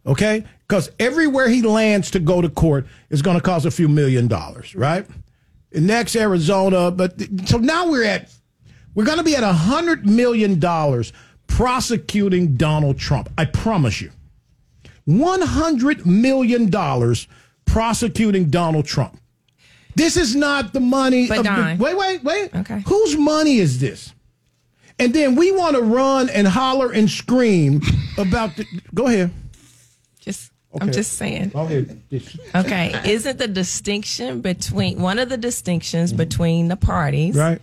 Okay, because everywhere he lands to go to court is going to cost a few million dollars, right? And next Arizona, but so now we're at we're going to be at a hundred million dollars prosecuting Donald Trump. I promise you. $100 million prosecuting Donald Trump. This is not the money.
But
of the-
Don-
wait, wait, wait.
Okay.
Whose money is this? And then we want to run and holler and scream about the. Go ahead.
Just, I'm
Okay.
just saying.
Go ahead.
Okay, isn't the distinction between one of the distinctions between the parties
Right.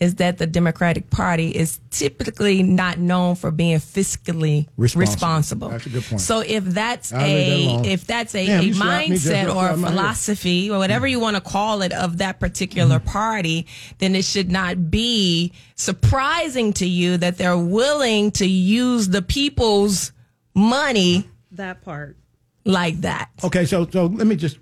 is that the Democratic Party is typically not known for being fiscally
Responsible.
responsible.
That's a good point.
So if that's
I read that
a
along.
if that's a,
Damn,
a
you slapped me just
mindset or
outside
a
my ear.
philosophy or whatever you want to call it of that particular
Mm-hmm.
party, then it should not be surprising to you that they're willing to use the people's money
That part.
like that.
Okay, so so let me just.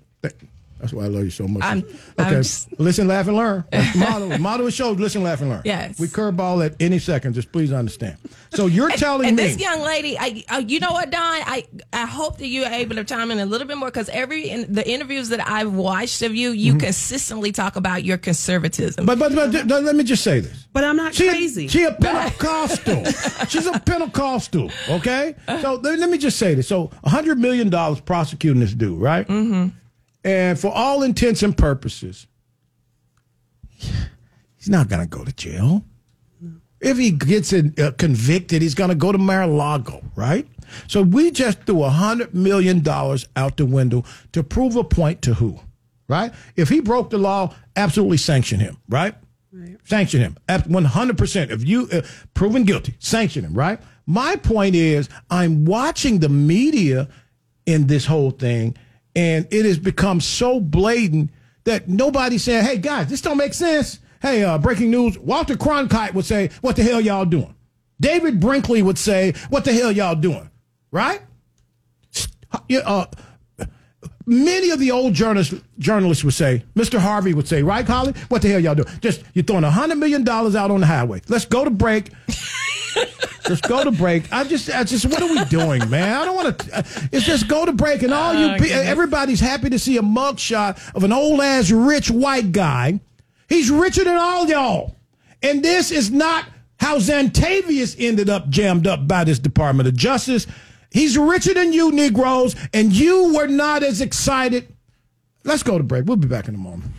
That's why I love you so much.
I'm- I'm
okay,
just-
listen, laugh, and learn. That's the motto. The motto of the show is listen, laugh, and learn.
Yes.
We curveball at any second. Just please understand. So you're telling
and
me
this young lady, I, I you know what, Don? I, I hope that you're able to chime in a little bit more because every in, the interviews that I've watched of you, you consistently talk about your conservatism.
Mm-hmm. But but, but th- th- let me just say this.
But I'm not
She
crazy.
A, she a Pentecostal. She's a Pentecostal. Okay. So let, let me just say this. So hundred million dollars prosecuting this dude, right? Mm-hmm. And for all intents and purposes, he's not gonna go to jail. If he gets in, uh, convicted, he's going to go to Mar-a-Lago, right? So we just threw a hundred million dollars out the window to prove a point to who, right? If he broke the law, absolutely sanction him, right? Sanction him at one hundred percent. If you uh, proven guilty, sanction him, right? My point is, I'm watching the media in this whole thing, and it has become so blatant that nobody's saying, "Hey guys, this don't make sense." hey, uh, breaking news. Walter Cronkite would say, what the hell y'all doing? David Brinkley would say, what the hell y'all doing? Right? Yeah, Uh, many of the old journalists, journalists would say, Mr. Harvey would say, right, Colin? What the hell y'all doing? Just, you're throwing $100 million out on the highway. Let's go to break. Just go to break. I just, I just, what are we doing, man? I don't want to. It's just go to break, and all you, pe- everybody's happy to see a mugshot of an old ass rich white guy. He's richer than all y'all, and this is not how Zantavius ended up jammed up by this Department of Justice. He's richer than you, Negroes, and you were not as excited. Let's go to break. We'll be back in a moment.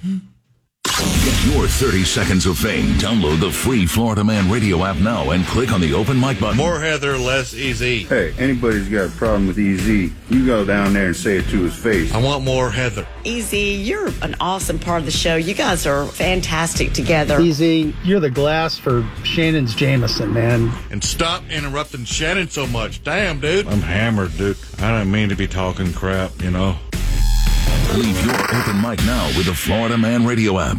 Get your 30 seconds of fame. Download the free Florida Man radio app now and click on the open mic button.
More Heather, less easy.
Hey, anybody's got a problem with EZ, you go down there and say it to his face.
I want more Heather.
Easy, you're an awesome part of the show. You guys are fantastic together.
Easy, you're the glass for Shannon's Jameson, man.
And stop interrupting Shannon so much. Damn, dude.
I'm hammered, dude. I don't mean to be talking crap, you know.
Leave your open mic now with the Florida Man radio app.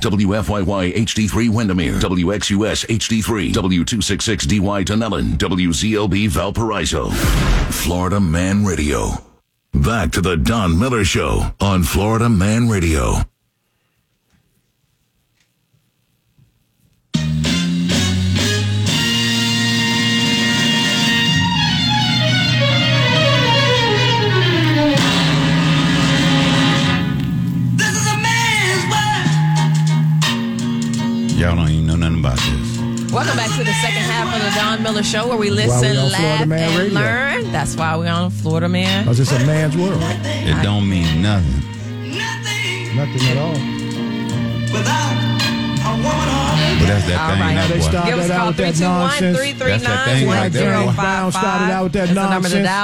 WFYY HD3 Windermere, WXUS HD3, W266DY Dunellen, WZLB Valparaiso. Florida Man Radio. Back to the Don Miller Show on Florida Man Radio.
This is a man's world.
Y'all don't even know nothing about this.
Welcome back to the second half of the Don Miller Show where we listen,
we on
laugh,
Florida
and
Man Radio.
learn. That's why we're on Florida Man.
Because it's a man's world.
It don't mean nothing.
Nothing
Nothing at all.
without a woman or a
But that's that
All
thing.
right.
that's
They
what-
stopped
Give us a
that
call
out with that
321
nonsense.
339
That's that thing right there.
Brown started out
1055.
with that
That's the number to
nonsense.
dial.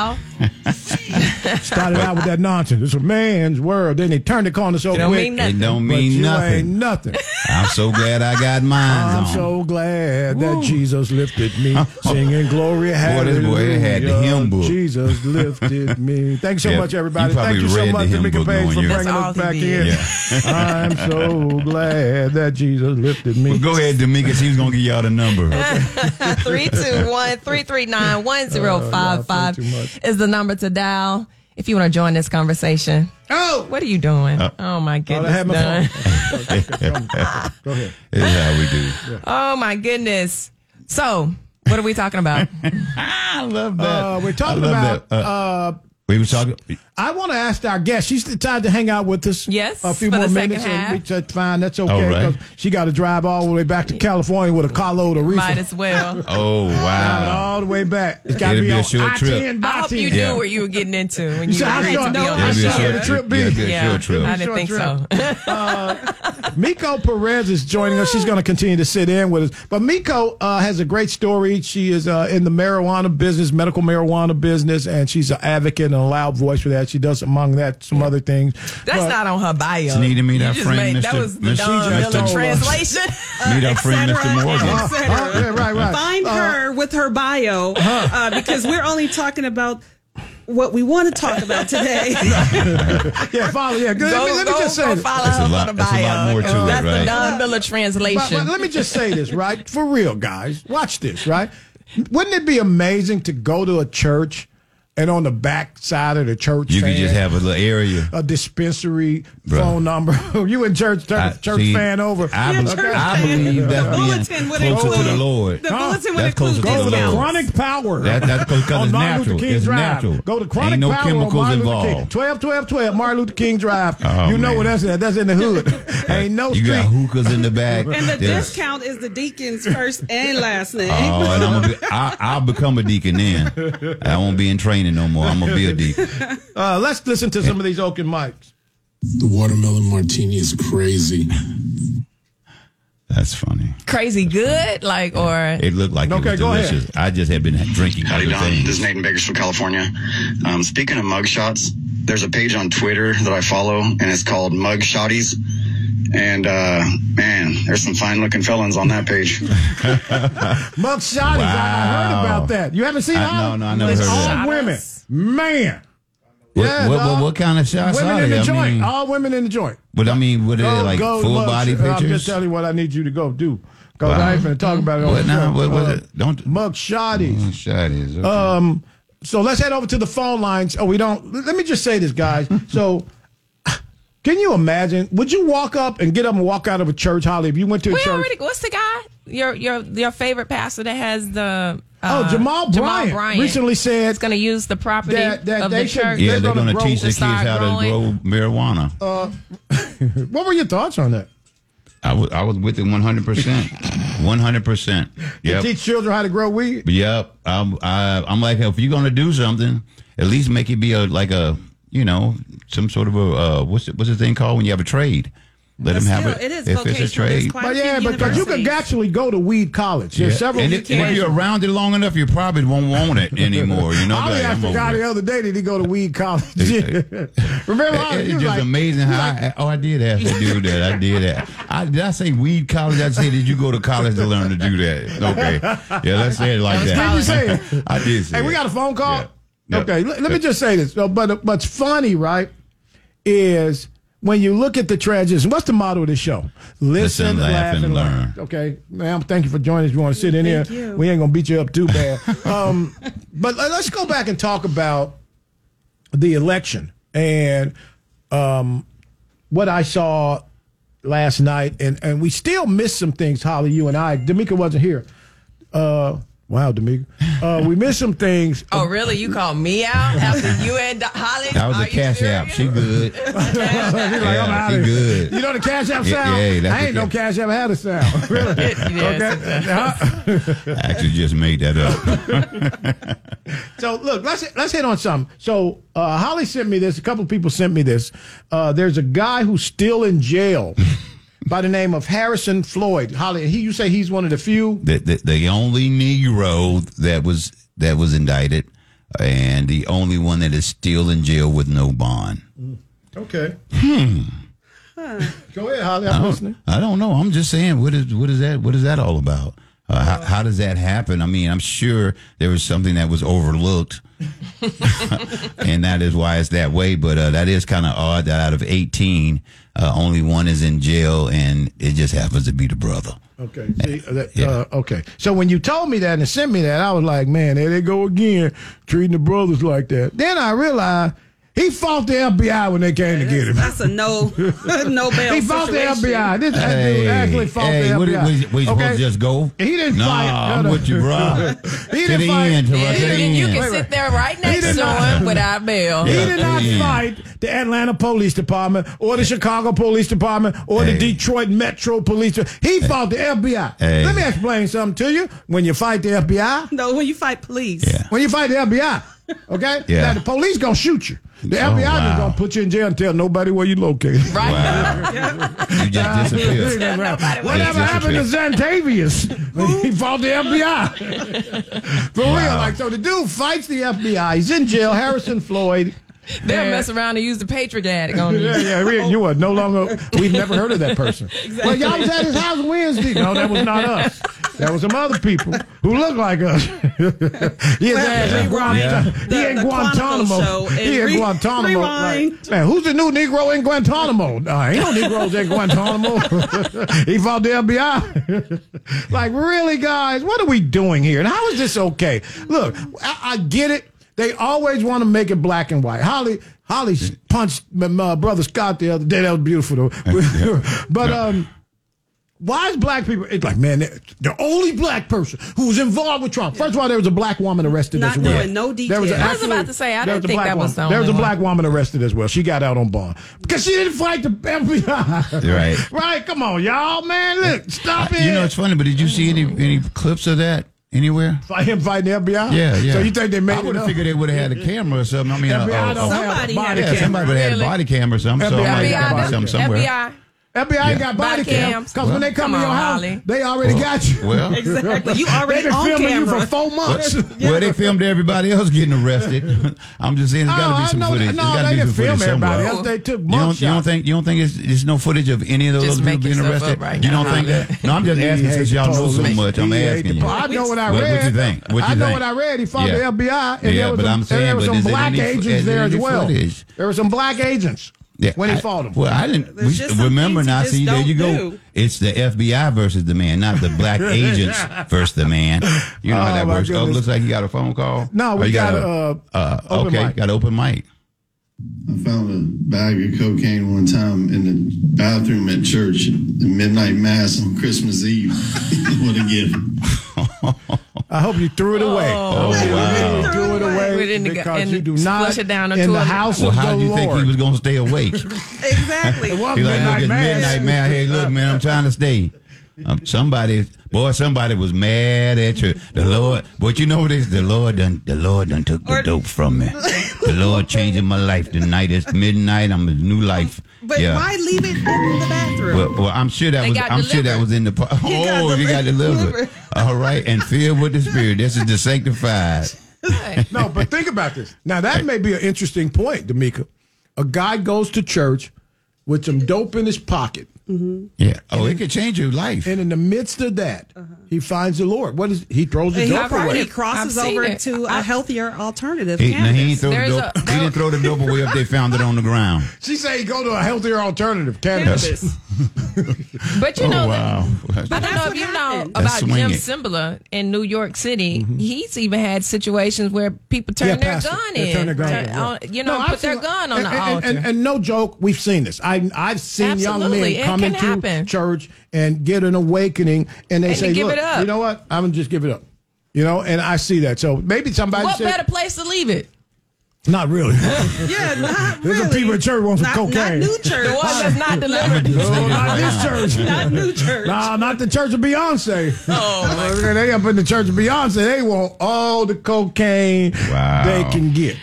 Started out with that nonsense. It's a man's world. Then they turned the corner so
It don't
quick.
mean
It
nothing.
don't
but
mean
you Ain't
nothing.
nothing.
I'm so glad I got mine
I'm
on.
so glad that Jesus lifted me, singing glory.
this boy
Hallelujah.
had the hymn book.
Jesus lifted me. Thanks so
Yeah,
much, everybody.
you probably
Thank you so
read the
much,
hymn
Tamika
book
Page,
knowing
for
you.
bringing
That's all
us
he
back in.
did.
I'm so glad that Jesus lifted me.
Well, go ahead, Demetrius. He was gonna give y'all the number. That's
321 339
Oh, too much.
1055 is the number to dial if you want to join this conversation.
Oh,
What are you doing?
Uh,
oh my
oh I
goodness.
had my
Don.
phone. Okay, okay, okay. Go ahead.
how we do.
Oh my goodness. So, what are we talking about?
I love that.
Uh, we're talking
I love
about.
that. Uh,
Uh,
we were talking.
I want to ask our guest. She's decided to hang out with us.
Yes,
a few
for
more
the second
minutes,
half.
and we just fine. That's okay.
All right.
'cause She got to drive all the way back to California with a carload of
Might
reefer.
as well.
Oh wow!
All the way back. It's got to
It'll
be,
be a
on
short
I-10,
trip.
I-10.
I hope you
Yeah.
knew what you were getting into when you
said, "How
had
short-
to be on
how
the
It'll be a
short
show.
the trip be?
Yeah, it'll be a
Yeah,
short trip.
I didn't
Short
think
trip.
so.
Miko Perez is joining us. She's going to continue to sit in with us. But Miko uh, has a great story. She is uh, in the marijuana business, medical marijuana business, and she's an advocate and a loud voice for that. She does, among that, some other things.
That's
But-
not on her bio.
She need to meet
You
our
just
friend,
made- That
Mr.
was the
Mr.
Don
Mr.
Miller
Miller.
translation.
Uh,
Meet our friend,
etc.,
Mr. Morgan.
et
Oh,
cetera.
yeah, right, right.
Uh,
Find her with her bio uh, because we're only talking about what we want to talk about today.
Yeah, follow. Yeah, good.
Go,
let me, let me
go-
just say
go
this.
follow
That's a
her for
lot-
the
that's a
bio.
lot more to it,
that's the
right?
Don Miller
But-
translation.
but let me just say this, right? For real, guys. Watch this, right? Wouldn't it be amazing to go to a church and on the back side of the church,
You could
fan,
just have a little area.
a dispensary
Bruh.
phone number? you and church, turn
I-
the church
see,
fan over.
I, be-
church
I
fan.
believe
The
that's
bulletin
being
would
closer to the
include-
Lord.
The bulletin would
That's closer
include
to
Go to
the
the
discounts.
Lord.
chronic power.
That- that's because
on
it's
Martin
natural.
Luther King
It's
Drive.
natural.
Go to chronic
Ain't no
power
chemicals
on Martin Luther King.
involved.
12, 12, 12, Martin Luther King Drive.
Oh,
you know
man.
where that's at. That's in the hood. Ain't no
You
street.
got hookahs in the back.
And the
There's-
discount is the deacon's first and last name.
Oh, and I'm gonna be, I, I'll become a deacon then. I won't be in training no more. I'm gonna be a deacon.
Uh, let's listen to some of these open mics.
The watermelon martini is crazy.
That's funny.
Crazy good, like or
It looked like
Okay,
it was
go ahead.
delicious. I just had been drinking other
Howdy, Don. This is
things.
Nathan Bakers from California. Um, speaking of mugshots, there's a page on Twitter that I follow, and it's called Mug Shotties. And uh, man, there's some fine looking felons on that page.
Mug Shotties. I- I heard
Wow.
about that. You haven't seen
I-
that?
no, no, I never
it's
heard of
all
that.
women. Man.
What,
Yeah,
what,
dog.
what, what kind of shots
women
are
in
they?
the
I
joint.
mean-
All women in the joint.
But I mean, were they like full
look,
body
shit, I'm just
pictures?
telling you what I need you to go do. Because
Wow.
I ain't finna talk about it on
What
the
now?
show.
What was
Uh,
it? Mm. Don't
mug shotties.
shotties. okay.
Um, so let's head over to the phone lines. Oh, we don't. Let me just say this, guys. so, can you imagine? Would you walk up and get up and walk out of a church, Holly? If you went to a
We
church,
already. What's the guy? Your your your favorite pastor that has the. Uh,
Oh, Jamal Bryant recently
said it's going to use the property
that- that
of
they
the
should-
church.
yeah, they're going to
grow-
teach the
to
kids
start
how to
growing.
grow marijuana.
uh, what were your thoughts on that?
I was I was with it one hundred percent, one hundred percent.
You
Yep,
Teach children how to grow weed.
yep. I'm I, I'm like, if you're going to do something, at least make it be a like a you know some sort of a uh, what's it, what's the thing called when you have a trade? Let them have
still, it is
if it's a
vocational. There's
trade.
quite-
But
a
yeah,
few
because you can actually go to weed college. There's
Yeah.
several.
and if, if you're around it long enough, you probably won't want it anymore. You know,
Holly,
Like,
I
I'm over
forgot
it.
the other day that he go to weed college. Remember, Holly,
It-
you
It's
was
just
like,
amazing how I, oh I did have to do that. I did that. I, did I say weed college? I say did you go to college to learn to do that? Okay, yeah, let's say it like
Did
that.
you say it?
I did. Say
Hey,
it.
we got a phone call.
Yeah.
Okay, let, let me just say this. Uh, But what's funny, right, is when you look at the tragedies. What's the motto of this show? Listen,
Listen,
laugh, and, learn. Okay, ma'am. Thank you for joining us. You want to sit in
Thank
here?
you.
We ain't gonna beat you up too bad. um, but let- let's go back and talk about the election and um, what I saw last night, and, and we still missed some things. Holly, you and I, D'Amica wasn't here. Uh, wow, D'Amica, uh, we missed some things.
Oh, really? You call me out after you and Holly?
That was
Are
a
you
cash app. She good. yeah, she good.
You know the Cash App sound?
Yeah, yeah, that's
I ain't
the
no Cash App had a sound. Really?
I actually just made that up.
So look, let's let's hit on something. So uh, Holly sent me this. A couple of people sent me this. Uh, there's a guy who's still in jail by the name of Harrison Floyd. Holly, he you say he's one of the few.
the, the, the only Negro that was that was indicted, and the only one that is still in jail with no bond.
Okay, Oh.
Hmm.
go ahead, Holly.
I
I'm listening.
don't, I don't know. I'm just saying, what is what is that? What is that all about? Uh, how, how does that happen? I mean, I'm sure there was something that was overlooked, and that is why it's that way. But uh, that is kind of odd that out of 18, uh, only one is in jail, and it just happens to be the brother.
Okay. See, uh, that, uh, okay. So when you told me that and sent me that, I was like, man, there they go again, treating the brothers like that. Then I realized he fought the FBI when they came to get him.
That's a no, no bail.
He fought the
situation.
FBI. This that dude
Hey,
actually fought
hey,
the
what-
FBI.
what is- what, you supposed to just go?
He didn't
nah,
fight. No,
I'm
no.
with you, bro.
He
To
didn't
the
fight.
end, to the
He didn't-
end.
You can
Wait,
sit there right next
did
to
not-
him without bail.
He did not
Yeah.
fight the Atlanta Police Department or the Chicago Police Department or the Detroit Metro Police. De- He fought the FBI.
Hey.
Let me explain something to you. When you fight the FBI,
No, when you fight police.
when you fight the FBI, okay,
Yeah.
now the police gonna shoot you. The
Oh,
FBI just
wow.
gonna put you in jail and tell nobody where you located.
Right.
You just disappeared.
Whatever happened to Zantavius? he fought the FBI. For real,
Wow.
like so, the dude fights the FBI. He's in jail. Harrison Floyd.
They'll
And-
mess around and use the Patriot Act on you.
yeah, yeah, we, you are no longer. We've never heard of that person.
Exactly.
Well, y'all was at his house Wednesday. No, that was not us. That was some other people who look like us. he is
Well,
actually
rewind.
Guant-
The-
he in
the Chronicle
Guantanamo.
show and
He in
re-
Guantanamo.
rewind.
Like, man, who's the new Negro in Guantanamo? Nah, ain't no Negroes in Guantanamo. he fought the FBI. like, really, guys, what are we doing here? And how is this okay? Look, I, I get it. They always want to make it black and white. Holly, Holly s- punched my, my brother Scott the other day. That was beautiful, though. but um, why is black people? It's like, man, they're- the only black person who was involved with Trump. First of all, there was a black woman arrested as
Not
well.
knowing no
There was
details. I was
actually-
about to say, I
there
didn't
a
think
black
that was the
woman- There was a
only
black woman arrested as well. She got out on bond because she didn't fight the FBI.
Right.
right. Come on, y'all, man. Look, stop it.
You know, it's funny, but did you see any any clips of that anywhere?
Fight him fighting the FBI.
Yeah, yeah.
So you think they made
I
it
would have
up?
figured they would have had a camera or something. I mean,
FBI don't have
somebody
body
yeah,
camera.
somebody would have had a
Really?
body camera or something. So
FBI
I might have
don't-
something somewhere.
FBI.
FBI
Yeah.
got body,
Body
cams
cams.
because when they come,
Come
in your
on,
house,
Holly.
they already
Well,
got you.
well.
Exactly. You already
They've been
on
filming you for
camera.
four months.
Well, well, they filmed everybody else getting arrested. I'm just saying, there's got to
Oh,
be
I
some
know that.
footage.
No,
there's got to be
they
some
didn't film
footage somewhere.
everybody else. They took
you don't, you
mugshots.
don't think you don't think it's, it's no footage of any of those
Just
other people being
make yourself
arrested?
up right
you
now,
don't think
Holly.
that? No, I'm just asking since y'all know so much. I'm
He ate
asking
the
you.
po- I know what I
What-
read.
What you think? What you
I know
think?
what I read. He found
Yeah.
the FBI, and
yeah,
there was
but
some,
I'm saying,
and there was
but
some
is there
black
any fo-
agents
is
there as
any
well.
footage?
There were some black agents
Yeah,
when he
I-
fought him.
Well, I didn't.
There's
we-
just some
remember
things you
now,
just
see, there
don't
you go.
do.
It's the FBI versus the man, not the black agents versus the man. You know
Oh,
how that
my
works. Oh,
goodness.
looks like you got a phone call.
No,
Or
we
you
got a,
uh,
open
okay,
mic.
got an open mic.
I found a bag of cocaine one time in the bathroom at church, the midnight mass on Christmas Eve. what a gift.
I hope you threw it away.
Oh,
I hope you
wow.
really threw it away
Put it in the-
because
in-
you do not
flush it down the
in the
toilet.
house
Well,
of
how
the
do you think
Lord.
he was going to stay awake?
Exactly.
It was
He like, look,
midnight
it's
mass.
midnight man. Hey, look, man, I'm trying to stay. Um, somebody, boy, somebody was mad at you. The Lord, but you know this, the Lord done, the Lord done took the dope from me. The Lord changing my life tonight. It's midnight. I'm a new life.
But why leave it in the bathroom?
Well, well, I'm sure that
They
was.
got
I'm sure that
delivered.
was in the. par-
You got
Oh, you got
delivered.
delivered. All right, and filled with the Spirit. This is the sanctified.
no, but think about this. Now that may be an interesting point, D'Amica. A guy goes to church with some dope in his pocket,
Yeah. Oh, it could change your life.
and in the midst of that, he finds the Lord. What is he throws the
he,
dope
probably
away?
crosses
I've seen
over
it.
to a healthier alternative.
He, now,
cannabis.
he, ain't throw the
There's
dope,
a-
he didn't throw the dope away if they found it on the ground.
She said he go to a healthier alternative, cannabis.
Cannabis.
But you know,
oh
that-
wow!
I don't know
That's
if you
what
know
happened.
That's
about Jim
swinging.
Cimbala in New York City. He's even had situations where people turn
Mm-hmm. Yeah,
their
pastor.
gun
They
in.
turn their gun
Turn-
in, yeah.
on- you know,
No, I've
put their
seen-
gun on
and,
the
and-
altar.
And, and no joke, we've seen this. I, I've seen young
Absolutely,
men
it
come
can
into
happen.
church and get an awakening, and they
And
say,
they give
"Look,
it up."
you know what? I'm gonna just give it up." You know, and I see that. So maybe somebody
what
said,
better place to leave it?
"Not really."
yeah, not
There's
really.
some people in church want some
not,
cocaine.
Not new church.
The one that's not delivered.
No, not this church.
Not new church.
Nah, not the church of Beyonce. Oh, they up in the church of Beyonce. They want all the cocaine
Wow.
they can get.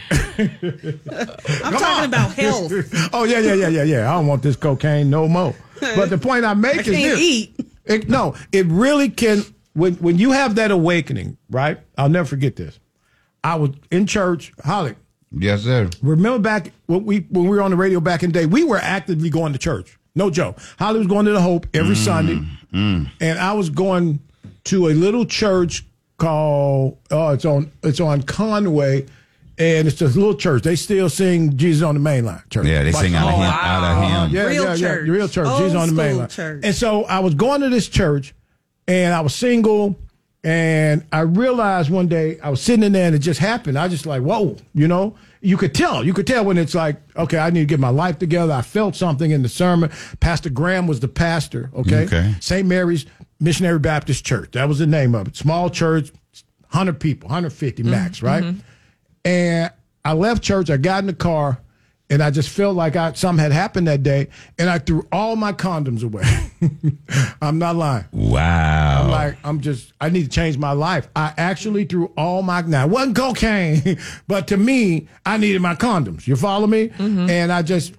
I'm talking about health.
oh yeah, yeah, yeah, yeah, yeah. I don't want this cocaine no more. But the point I make
I
is
can't
this:
eat.
It- no, it really can. When when you have that awakening, right? I'll never forget this. I was in church, Holly.
Yes, sir.
Remember back when we when we were on the radio back in the day, we were actively going to church. No joke. Holly was going to the Hope every Sunday, and I was going to a little church called oh it's on it's on Conway, and it's a little church. They still sing Jesus on the Main Line Church.
Yeah, they
Like,
sing out of him. Out of him.
yeah,
Real
yeah,
church.
yeah, real church.
Old
Jesus on the
school
mainland.
church.
And so I was going to this church, and I was single, and I realized one day I was sitting in there, and it just happened. I just like, whoa, you know. You could tell. You could tell when it's like, okay, I need to get my life together. I felt something in the sermon. Pastor Graham was the pastor. Okay,
Okay.
St. Mary's Missionary Baptist Church. That was the name of it. Small church, hundred people, hundred
Mm-hmm,
fifty max, right? and I left church. I got in the car, and I just felt like I something had happened that day, and I threw all my condoms away. I'm not lying.
Wow.
I'm like I'm just I need to change my life. I actually threw all my now it wasn't cocaine, but to me I needed my condoms. You follow me? And I just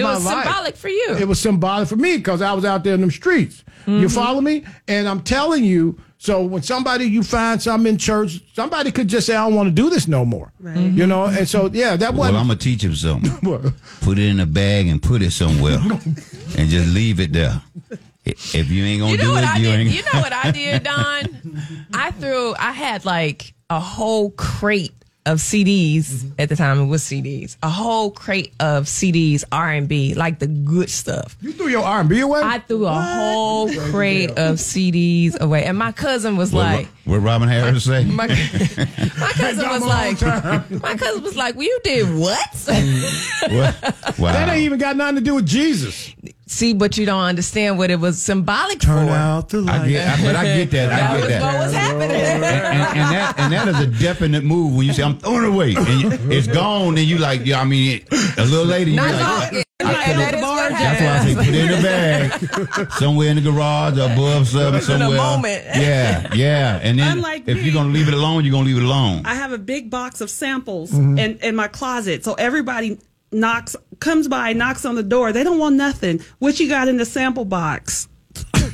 Mm-hmm. It
my
was
life.
symbolic for you.
It was symbolic for me because I was out there in them streets.
Mm-hmm.
You follow me? And I'm telling you. So when somebody you find something in church, somebody could just say I don't want to do this no more. Right.
Mm-hmm.
You know? And so yeah, that
Well,
wasn't.
I'm gonna teach him something. Put it in a bag and put it somewhere, and just leave it there. I- If you ain't gonna
You know
do
what
it,
I
you
did?
ain't.
You know what I did, Don? I threw. I had like a whole crate of
Mm-hmm.
CDs at the time. It was CDs. A whole crate of CDs, R and B, like the good stuff.
you threw your R&B away.
I threw a whole crate of CDs away, and my cousin was
What-
like.
what Robin Harris say?
My, my cousin
Y'all
was
my
like,
hometown.
my cousin was like, well, you did what?
What? Wow.
that ain't even got nothing to do with Jesus.
See, but you don't understand what it was symbolic for.
the
I get, I, but I get that.
That
I
was
get that.
what was happening.
and, and, and that and that is a definite move when you say I'm throwing it away and you- it's gone and you like yeah I mean a little later you
Not
like
long.
"What?"
And
I
that is
could've-
what
that's why I say
happened.
put it in a bag somewhere in the garage or above something
In a
somewhere
moment.
yeah yeah and then
Unlike
if
me.
you're gonna leave it alone you're gonna leave it alone
Mm-hmm.
I have a big box of samples in, in my closet, so everybody knocks comes by, knocks on the door. They don't want nothing. What you got in the sample box?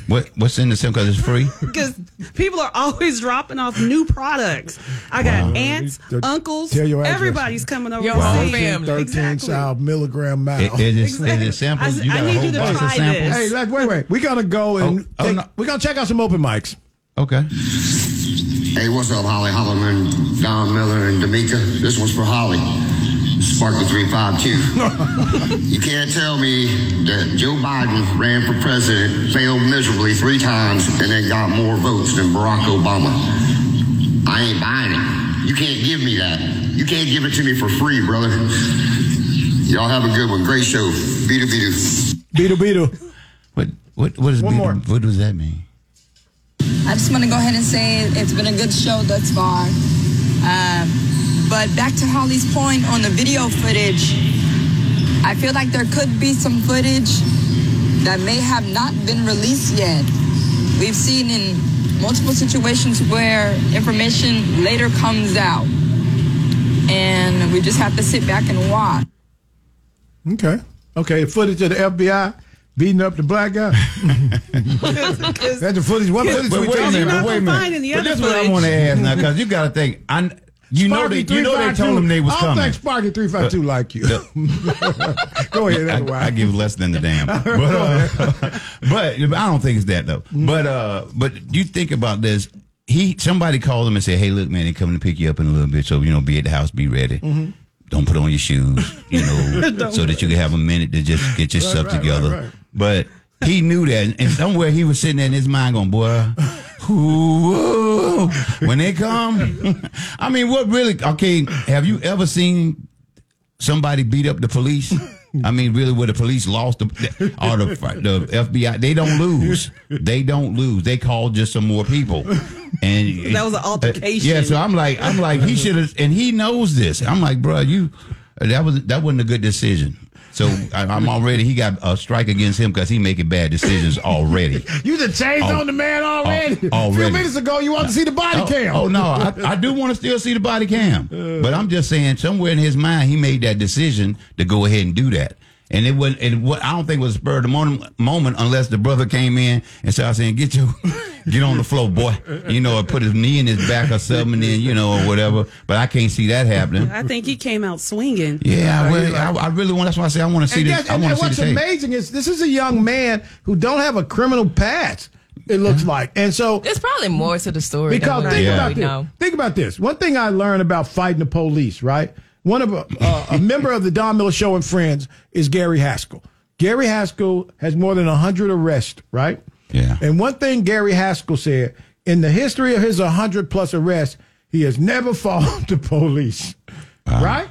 What what's in the sim because it's free?
Because people are always dropping off new products. I got
Wow.
aunts,
Tell-
uncles,
tell your address.
everybody's coming over.
Your
to
whole
see you.
family. 13 child milligram mouth.
It- it is- it is samples. Exactly. You I got a need whole you to box of try samples. this.
Hey, like, wait, wait. We gotta
Oh,
go and take- we gotta check out some open mics.
Okay.
Hey, what's up, Holly Holloman, Don Miller, and D'Amica? This one's for Holly. Sparky 352. you can't tell me that Joe Biden ran for president, failed miserably three times, and then got more votes than Barack Obama. I ain't buying it. You can't give me that. You can't give it to me for free, brother. Y'all have a good one. Great show. Beetle beetle.
Beetle beetle.
What what what is
One
beat-
more.
what does that mean?
I just want to go ahead and say it's been a good show thus far. Um, but back to Holly's point on the video footage, I feel like there could be some footage that may have not been released yet. We've seen in multiple situations where information later comes out, and we just have to sit back and watch.
Okay. Okay, footage of the FBI beating up the black guy. That's the footage. What footage we
wait a
talking
minute,
about?
wait a minute. But that's what I want to ask now because you got to think. I kn- you know
Sparky
they you know they
352.
told them they was
I don't
coming.
think Sparky 352 like you. Go ahead.
I, I give less than the damn. But, uh, but I don't think it's that though. But uh, but you think about this. He somebody called him and said, "Hey, look, man, they coming to pick you up in a little bit. So you know, be at the house, be ready.
Mhm.
Don't put on your shoes, you know,
Don't
so that you can have a minute to just get yourself
Right, right,
together."
right, right.
But he knew that, and somewhere he was sitting there in his mind going, "Boy." Ooh, when they come, I mean, what really? Okay, have you ever seen somebody beat up the police. I mean, really, where the police lost the or the, the FBI, they don't lose. They don't lose. They call just some more people, and uh,
That was an altercation.
Yeah, so I'm like, I'm like, he should have, and he knows this. I'm like, bro, you that was that wasn't a good decision. So I, I'm already he got a strike against him because he making bad decisions already.
You done changed
Al-
on the man already.
al-
A few
Oh. already.
minutes ago, you wanted to see the body
oh,
cam. Uh.
Oh no, I, I do want to still see the body cam, but I'm just saying somewhere in his mind he made that decision to go ahead and do that, and it wasn't. And what I don't think was a spur of the moment, moment unless the brother came in and started saying, "Get your, get on the floor, boy," you know, or put his knee in his back or something, and then you know, or whatever. But I can't see that happening.
I think he came out swinging.
Yeah, well, I, I really want. That's why I say I want to see
and
this.
guess-
I
and-
want
and
to see
what's
the tape.
amazing is this is a young man who don't have a criminal past. It looks
Uh-huh.
like, and so
There's probably more to the story
because
than
think
we
about
already
this.
know.
Think about this. One thing I learned about fighting the police, right? One of uh, a member of the Don Miller Show and Friends is Gary Haskell. Gary Haskell has more than hundred arrests, right?
Yeah.
And one thing Gary Haskell said in the history of his hundred plus arrests, he has never fought the police, right?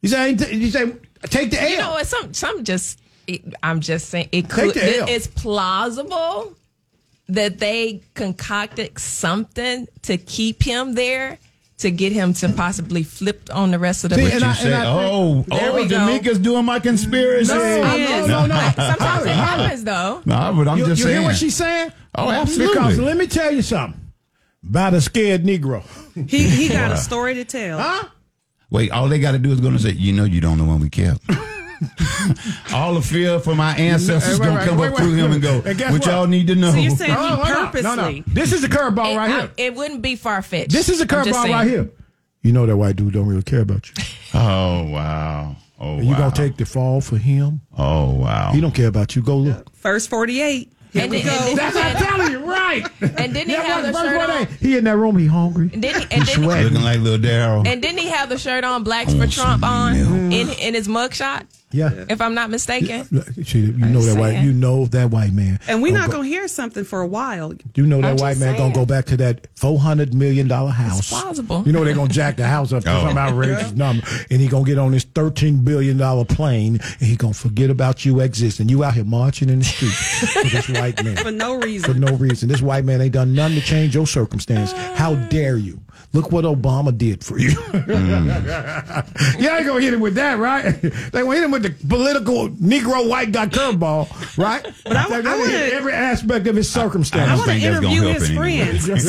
He said, he said, take the L.
You know what? Some some just it- I'm just saying it could.
Take the L.
It, it's plausible that they concocted something to keep him there to get him to possibly flip on the rest of the.
What you say? oh,
There
oh,
we go.
Jamaica's doing my conspiracy.
No, no, no, no. Sometimes it
No.
happens though.
No, but I'm
you,
just
you
saying.
hear what she's saying?
Oh, absolutely.
Because let me tell you something about a scared Negro.
He he got
Wow.
a story to tell.
Wait, all they got to do is going to say, you know, you don't know when we kept. all the fear for my ancestors
Wait,
going
wait,
to come
wait,
up
wait.
through him and go,
And guess
what,
what?
y'all need to know.
So you're saying-
He
No, Oh, no, no,
purposely.
no, no. This is a curveball
It-
right
I-
here.
It wouldn't be far fetched.
This is a curveball right here. You know that white dude don't really care about you.
oh, wow. Oh,
And you
wow.
gonna take the fall for him?
Oh, wow.
He don't care about you. Go look.
First 48. Here
And
we
then-
go.
and then- That's what I'm telling
you, right?
And didn't he have the
First
shirt
one
on?
ain't- He in that room. He hungry.
And didn't-
he
and didn't-
sweating.
Looking like little Daryl.
And didn't he have the shirt on, blacks for Trump on in in his mugshot?
Yeah.
If I'm not mistaken.
See, you know that white.
saying.
You know that white man.
And we're
gonna Oh,
not
go-
going to hear something for a while.
You know that
I'm
white
just
man gonna
saying.
go back to that four hundred million dollar house.
plausible.
You know they're gonna jack the house up to
Oh.
some outrageous number, and he gonna get on his thirteen billion dollar plane, and he gonna forget about you existing. You out here marching in the street for this white man
For no
for
reason.
no reason. This white man ain't done nothing to change your circumstance. How dare you? Look what Obama did for you. yeah, I ain't gonna hit him with that, right? They gonna hit him with the political Negro white guy curveball, right? But
I- I wanna-
every aspect of his circumstance.
I want to interview his friends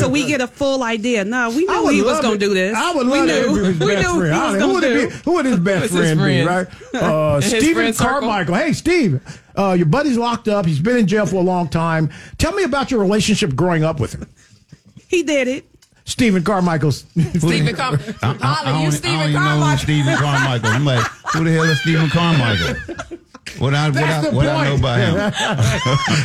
so we get a full idea. No, we
I
knew
would
he was
love
going
it.
to do this.
I would
we
love to
knew.
interview his
we
best
knew
friend.
he
I don't know. who
was going
would
to
it
do.
be? Who would his best
Who's his
friend, be,
friend?
right? Uh,
His
Stephen
friend circle.
Carmichael. Hey, Steve, uh, your buddy's locked up. He's been in jail for a long time. Tell me about your relationship growing up with him.
He did it.
Stephen Carmichael's.
Stephen
I, I- I
Car- Holly, you
don't, I don't
Stephen
even know who
Carmichael.
Stephen Carmichael. I'm like, who the hell is Stephen Carmichael? What I what
That's
I,
the
what I know
point.
about him?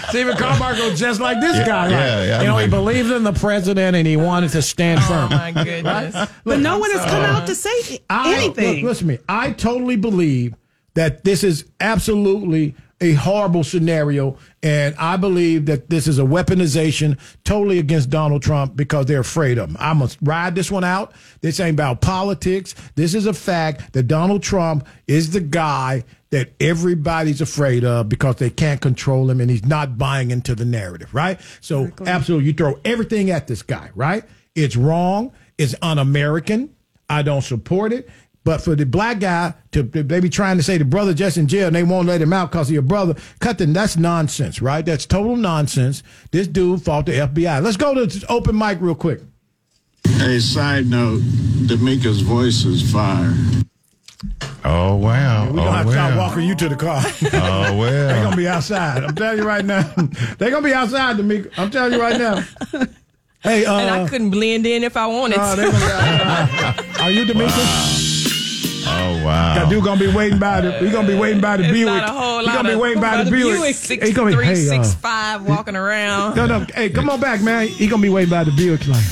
Stephen Carmichael, just like this
Yeah,
guy. Right?
yeah, yeah,
you know,
I'm like-
he believed in the president and he wanted to stand firm.
goodness.
But no one has come out to say
uh, I-
anything.
look, listen to me. I totally believe that this is absolutely a horrible scenario, and I believe that this is a weaponization totally against Donald Trump because they're afraid of him. I must ride this one out. This ain't about politics. This is a fact that Donald Trump is the guy that everybody's afraid of because they can't control him and he's not buying into the narrative, right? So, absolutely, you throw everything at this guy, right? It's wrong. It's un American. I don't support it. But for the black guy to, to they be trying to say the brother just in jail and they won't let him out because he's a brother, cut them. That's nonsense, right? That's total nonsense. This dude fought the FBI. Let's go to this open mic real quick.
A side note, D'Amica's voice is fire.
Oh wow!
We're gonna
oh,
have to start
well.
walking you to the car.
Oh
They're gonna
well.
be outside. I'm telling you right now. They're gonna be outside, D'Amico. I'm telling you right now. Hey, uh,
and I couldn't blend in if I wanted
uh,
to.
they're gonna be outside. are you D'Amico?
Oh wow!
That dude gonna be waiting by the. He gonna be waiting by the
It's
Buick.
not a whole
He
lot
gonna be
of
waiting by the
but
Buick.
Buick
He
six
gonna be,
three,
hey, uh,
six five, walking around.
No, no. Hey, come on back, man. He gonna be waiting by the Buick like.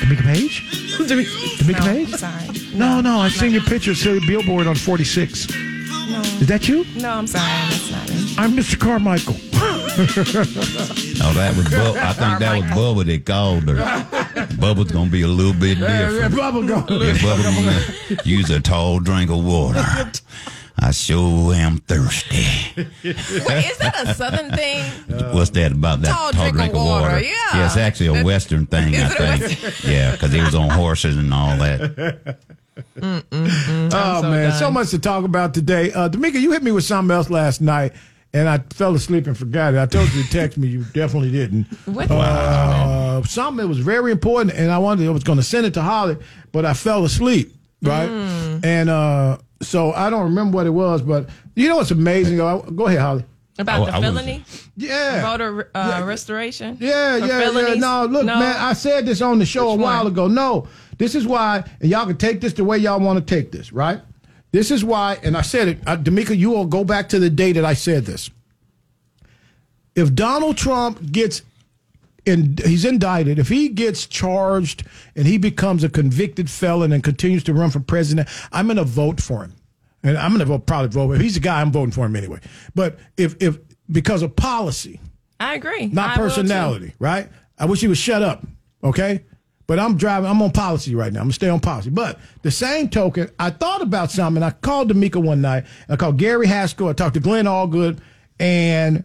D'Amico Page? D'Amico Page?
Sorry.
uh, No, no. I seen your picture. See the billboard on 46.
No.
Is that you?
No, I'm sorry. That's not me.
I'm Mr. Carmichael.
Oh, that was Bub. I think that was Bubba that called her. Bubba's gonna be a little bit different. Yeah, Bubba gonna use a tall drink of water. I sure am thirsty.
Wait, is that a southern thing?
What's that about that
Uh, Tall drink of water, yeah.
it's actually a
That-
Western thing,
Is
I
it a
think. Yeah, because he was on horses and all that.
Oh man, so much to talk about today. Uh, D'Amico, you hit me with something else last night, and I fell asleep and forgot it. I told you to text me, you definitely didn't.
What?
Uh, something that was very important, and I wanted I was going to send it to Holly, but I fell asleep, right? And uh, so I don't remember what it was, but you know what's amazing? I, go ahead, Holly.
About
Oh,
the
I was-
felony?
Yeah.
Voter uh, restoration?
Yeah,
For
yeah, yeah.
felonies?
No, look, man, I said this on the show a while ago. No, this is why, and y'all can take this the way y'all want to take this, right? This is why, and I said it, uh, D'Amico, you will go back to the day that I said this. If Donald Trump gets and he's indicted. If he gets charged and he becomes a convicted felon and continues to run for president, I'm going to vote for him, and I'm going to vote probably vote. If he's a guy, I'm voting for him anyway. But if if because of policy,
I agree.
not
I will, too.
personality, right? I wish he would shut up, okay? But I'm driving, I'm on policy right now. I'm gonna stay on policy. But the same token, I thought about something. I called D'Amico one night. I called Gary Haskell. I talked to Glenn Allgood. And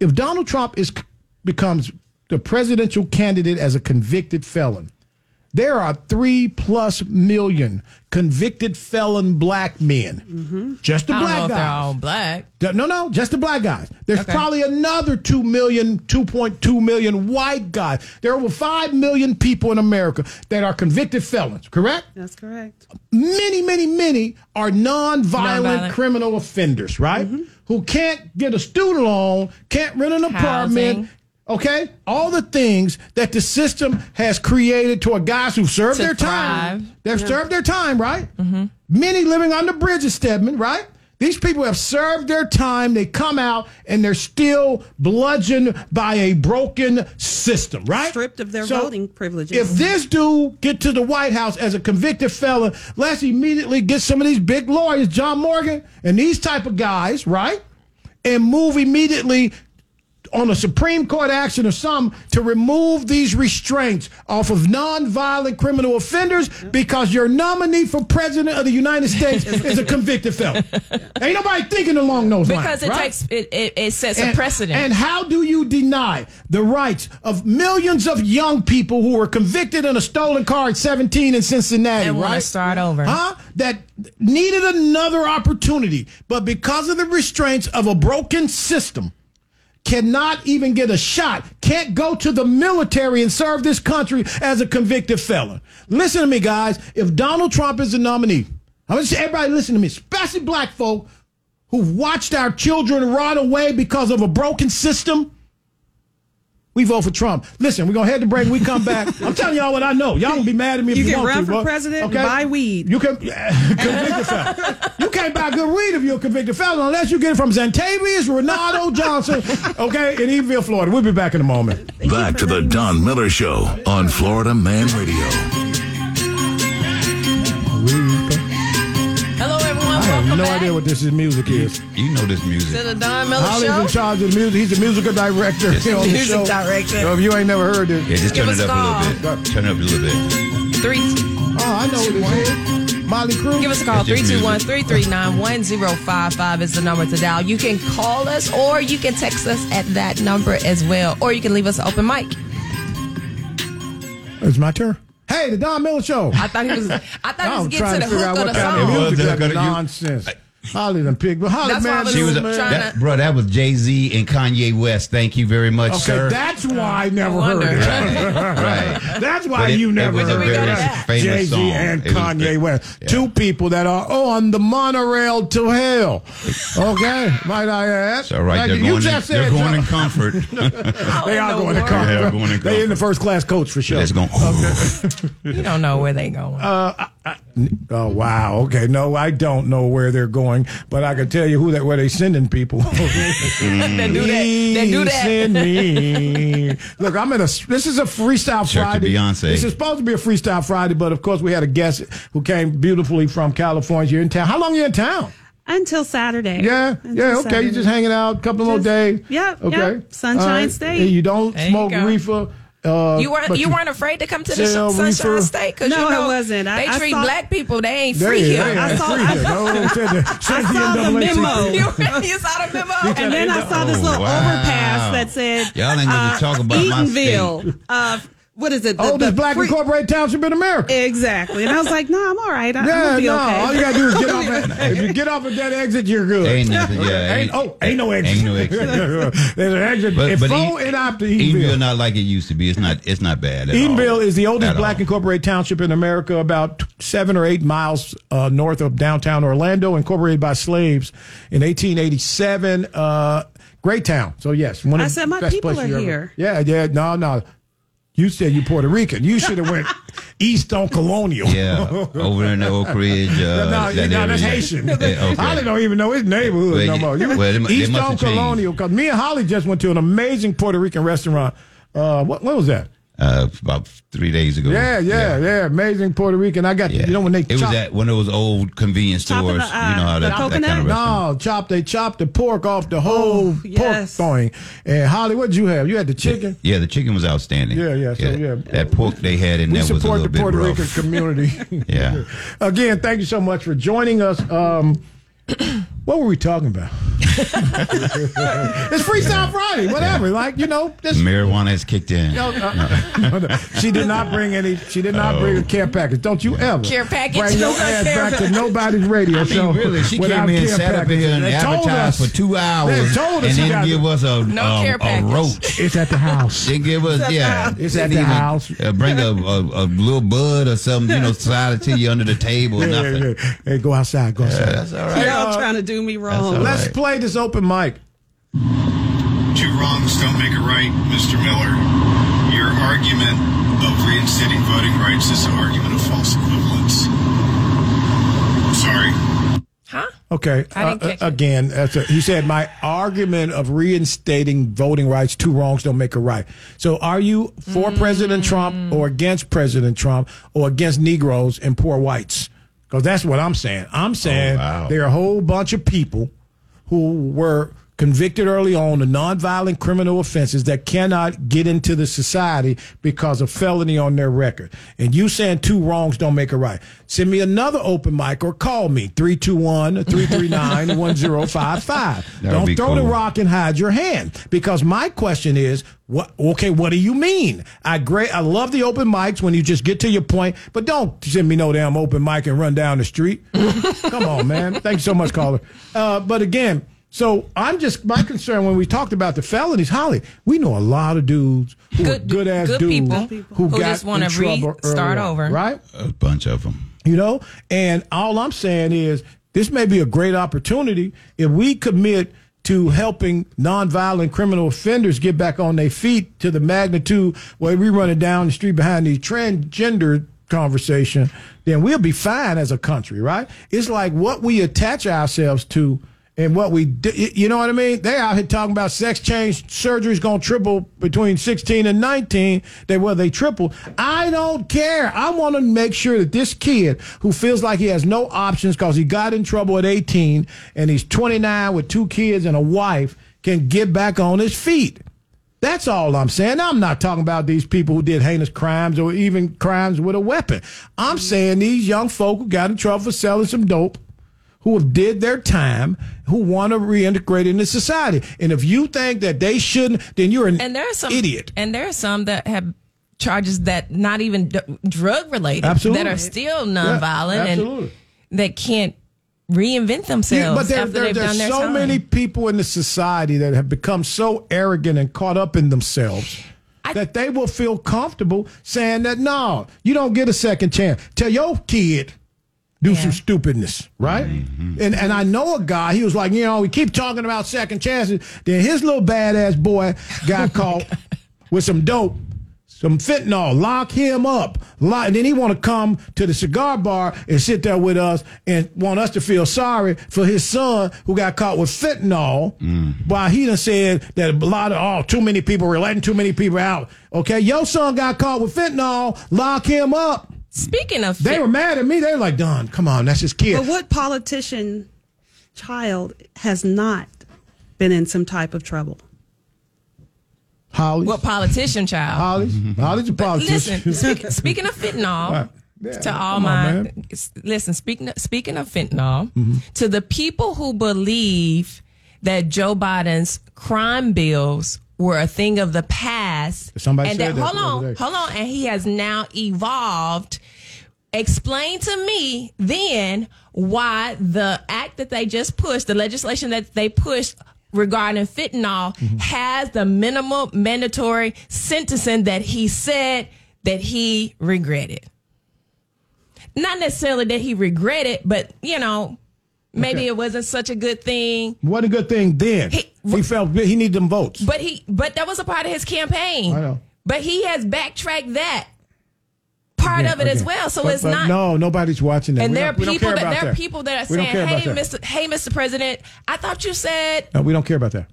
if Donald Trump is becomes the presidential candidate as a convicted felon, there are three plus million convicted felon black men. Just the
Mm-hmm. I don't know if
black
they're
guys.
all black.
The- No, no, just the black guys. There's
Okay.
probably another 2 million, 2.2 million white guys. There are over 5 million people in America that are convicted felons, correct?
That's correct.
Many, many, many are nonviolent,
Nonviolent.
criminal offenders, right?
Mm-hmm.
Who can't get a student loan, can't rent an apartment.
Housing.
Okay, all the things that the system has created toward guys who've served
To
their
thrive.
time, they've
Yeah. Mm-hmm.
served their time, right? Many living under bridges, Stedman, right? These people have served their time. They come out and they're still bludgeoned by a broken system, right?
Stripped of their
So,
voting privileges.
If this dude get to the White House as a convicted felon, let's immediately get some of these big lawyers, John Morgan, and these type of guys, right? And move immediately on a Supreme Court action or some to remove these restraints off of nonviolent criminal offenders because your nominee for president of the United States is a convicted felon. Ain't nobody thinking along those lines.
Because it
right?
takes it, it, it sets a
And-
precedent.
And how do you deny the rights of millions of young people who were convicted in a stolen car at 17 in Cincinnati?
And wanna
right?
start over.
Huh? That needed another opportunity, but because of the restraints of a broken system, cannot even get a shot, can't go to the military and serve this country as a convicted felon. Listen to me, guys. If Donald Trump is the nominee, I'm just everybody listen to me, especially black folk who've watched our children rot away because of a broken system. We vote for Trump. Listen, we're gonna head to break. When we come back. I'm telling y'all what I know. Y'all gonna be mad at me if
You
you,
can
want
run
to,
for
but-
president and buy weed.
You can convicted felon. You can't buy good weed if you're a convicted felon unless you get it from Zantavius, Ronaldo Johnson, okay, in Eatonville, Florida. We'll be back in a moment.
Back to the Don Miller Show on Florida Man Radio.
Hello, everyone.
I have no idea what this is music is.
You know this music.
To the Don Miller
Holly's
Show.
in charge of the music. He's the musical director.
Yes.
here on the
Music
show.
director.
So if you ain't never heard this,
Yeah, just
Give
turn
us
it up
a
a
call.
little bit. Turn it up a little bit.
Three.
Oh, I know what it is. Molly Crew.
Give us a call.
That's just
321
music.
339 1055 is the number to dial. You can call us or you can text us at that number as well. Or you can leave us an open mic.
It's my turn. Hey, the Don Miller Show.
I thought he was I thought he was
I'm
getting
trying
to
to
the
figure out
hook of
what
the song.
kind of music
Well,
that
the-
nonsense. Holly done picked. But Holly,
That's why I
man,
was
She was a,
trying
that,
to-
bro. That was Jay Z and Kanye West. Thank you very much,
okay,
sir.
that's why I never heard
Wonder.
right,
it.
right.
That's why
But it-
you
it
never
was a
heard
very
that.
famous
Jay Z
song.
and
It was
Kanye
ve-
West,
yeah.
two people that are on the monorail to hell. Okay, might I add?
It's all right.
Thank
They're
you. You
going, in,
just
they're
said
going in
John-
comfort.
They
Out in the
are going to
world.
come.
They are going to
They in the first class coach for sure.
That's going.
You don't know where they going.
Oh wow. Okay. No, I don't know where they're going, but I can tell you who that where they sending people.
Mm. they do that. They do
Please Send
that.
me. Look, I'm in a. This is a freestyle
Check to
Friday.
Beyonce.
This is supposed to be a freestyle Friday, but of course we had a guest who came beautifully from California. You're in town. How long you in town?
Until Saturday.
Yeah.
Until
yeah. Okay.
Saturday.
You just hanging out, a couple more
Just-
days.
yep,
Okay.
yep. Sunshine
All right.
State.
And you don't
There you
smoke
go.
reefer. Uh,
You weren't
but
you weren't afraid to come to the
Sell
Sun- Sunshine
reefer.
State because
No,
you
I
know
wasn't. I-
they
I
treat
saw-
black people they ain't
There
free
you-
here.
there you
I
are.
saw-
Free
I-
here. No, tell you. Say
I saw the
NAACP.
memo.
you you saw the memo.
And then I saw this
Oh,
little
wow.
overpass that said
Y'all ain't gonna
uh,
talk about my
Eatonville. Uh, what is it? The-
Oldest
the
black
free-
incorporated township in America.
Exactly. And I was like, no, I'm all right. I, I'm
Yeah,
gonna be
no.
okay.
All you gotta do is get off. At, if you get off at that exit, you're good.
Ain't nothing. Yeah.
Ain't, oh, ain't no exit.
Ain't no exit.
There's an exit. if phone
Eden-
and opt to
E- Edenville
Edenville.
not like it used to be. It's not. It's not bad. At all.
Edenville is the oldest
At
black
all.
incorporated township in America, about t- seven or eight miles uh, north of downtown Orlando, incorporated by slaves in 1887. Uh, great town. So, yes, one of
I
the
said my
best
people
places
are
you ever-
here.
Yeah, yeah, no, no. You said you Puerto Rican. You should have went east on Colonial.
Yeah, over in the Oak Ridge.
No,
Uh,
no,
that
no, that's
area.
Haitian.
Yeah, okay.
Holly don't even know his neighborhood
Well,
no
you-
more.
well, they mu- they
East
must have
on
changed.
Colonial. Because me and Holly just went to an amazing Puerto Rican restaurant. Uh, what, what was that?
Uh, about three days ago.
Yeah, yeah, yeah, Amazing Puerto Rican. I got
Yeah.
you know when they
it was
chop,
at one of those old convenience
Top of
stores.
the,
you
uh,
know how
the
that, that kind
coconut? Oh,
of restaurant.
no chop they chop the pork off the whole pork
yes.
thing. And Holly, what did you have? You had the chicken.
Yeah, the chicken was outstanding.
Yeah, yeah, so, yeah.
That pork they had in
We
there was a
support
little
the
bit
Puerto
rough.
Rican community.
Yeah.
Again, thank you so much for joining us. Um, what were we talking about? it's Freestyle Friday, whatever. Like you know, this.
Marijuana has kicked in.
no, no, no. she did not bring any. She did not
Oh.
bring a care package. Don't you ever
Care package?
bring your
No
ass
care
back to
package.
nobody's radio
I mean,
show.
really, she
without
came in,
care
sat up in
packages.
here and
They told
advertised
us-
for two
They
hours,
told us
and
she
then
got-
give us a
No
um,
care
a
package.
roach.
It's at the house.
Then give us yeah.
It's at
didn't
the
even,
house.
uh, bring a, a, a little bud or something, you know, slide it to you under the table.
Hey,
nothing.
hey, hey. Hey, go outside. Go outside.
That's all right.
Y'all
Uh,
trying to do me wrong.
all right.
Let's play this open mic.
Two wrongs don't make a right, Mr. Miller. Your argument of reinstating voting rights is an argument of false equivalence. Sorry.
Huh?
Okay.
I didn't
uh,
catch
uh,
it.
again, that's a, he said my argument of reinstating voting rights, two wrongs don't make a right. So, are you for President
Mm.
Trump or against President Trump or against Negroes and poor whites? Because that's what I'm saying. I'm saying
wow.
there are a whole bunch of people who were convicted early on of nonviolent criminal offenses that cannot get into the society because of felony on their record. And you saying two wrongs don't make a right. Send me another open mic or call me 321 339 1055.
That would
Don't
be
throw the
cool.
rock and hide your hand because my question is what okay what do you mean i great i love the open mics when you just get to your point but don't send me no damn open mic and run down the street come on man thank you so much caller uh, but again so i'm just my concern when we talked about the felonies holly we know a lot of dudes who good, good ass
good
dudes
people who
who, got
just wanna
in trouble
re- start
early on,
over.
right
A bunch of them.
you know, and all I'm saying is this may be a great opportunity if we commit to helping nonviolent criminal offenders get back on their feet to the magnitude where we running down the street behind the transgender conversation, then we'll be fine as a country, right? It's like what we attach ourselves to and what we do, you know what I mean? They out here talking about sex change surgery's gonna triple between 16 and 19. They well, they triple. I don't care. I want to make sure that this kid who feels like he has no options because he got in trouble at 18 and he's 29 with two kids and a wife can get back on his feet. That's all I'm saying. I'm not talking about these people who did heinous crimes or even crimes with a weapon. I'm saying these young folk who got in trouble for selling some dope who have did their time, who want to reintegrate into society. And if you think that they shouldn't, then you're an
And there are some
idiot.
And there are some that have charges that not even d- drug related
Absolutely.
that are still nonviolent
Yeah,
and
absolutely.
that can't reinvent themselves.
Yeah, but there,
after
there,
they've done
there's
their
so
time.
many people in the society that have become so arrogant and caught up in themselves that they will feel comfortable saying that no, you don't get a second chance. Tell your kid do some stupidness, right? And and I know a guy. He was like, you know, we keep talking about second chances. Then his little badass boy got caught with some dope. Some fentanyl, lock him up. Lock, and then he want to come to the cigar bar and sit there with us and want us to feel sorry for his son who got caught with fentanyl. While he done said that a lot of oh, too many people, we're letting too many people out. Okay, your son got caught with fentanyl. Lock him up.
Speaking of
They were mad at me. They were like, Don, come on, that's his kid.
But what politician child has not been in some type of trouble?
Holly.
What politician child?
Holly's, Holly's a politician.
Listen, speak, speaking of fentanyl,
Right. Yeah,
to all
come on,
my
man.
s- listen, speaking of, speaking of fentanyl, to the people who believe that Joe Biden's crime bills were a thing of the past,
Somebody
and
said that
hold
the other
on,
day.
hold on, and he has now evolved. Explain to me then why the act that they just pushed, the legislation that they pushed regarding fentanyl, has the minimal mandatory sentencing that he said that he regretted. Not necessarily that he regretted, but you know, maybe
Okay.
it wasn't such a good thing.
What a good thing then. He, felt good. he needed them votes.
But he, but that was a part of his campaign.
I know.
But he has backtracked that part
Yeah,
of it as
okay.
well. So
But-
it's
but
not.
No, nobody's watching that.
And
We
there are
don't- we don't
people
care
that
about
there are people that are
We don't
saying,
care about
"Hey,
that.
Mr. Hey, Mr. President, I thought you said,
No, we don't care about that.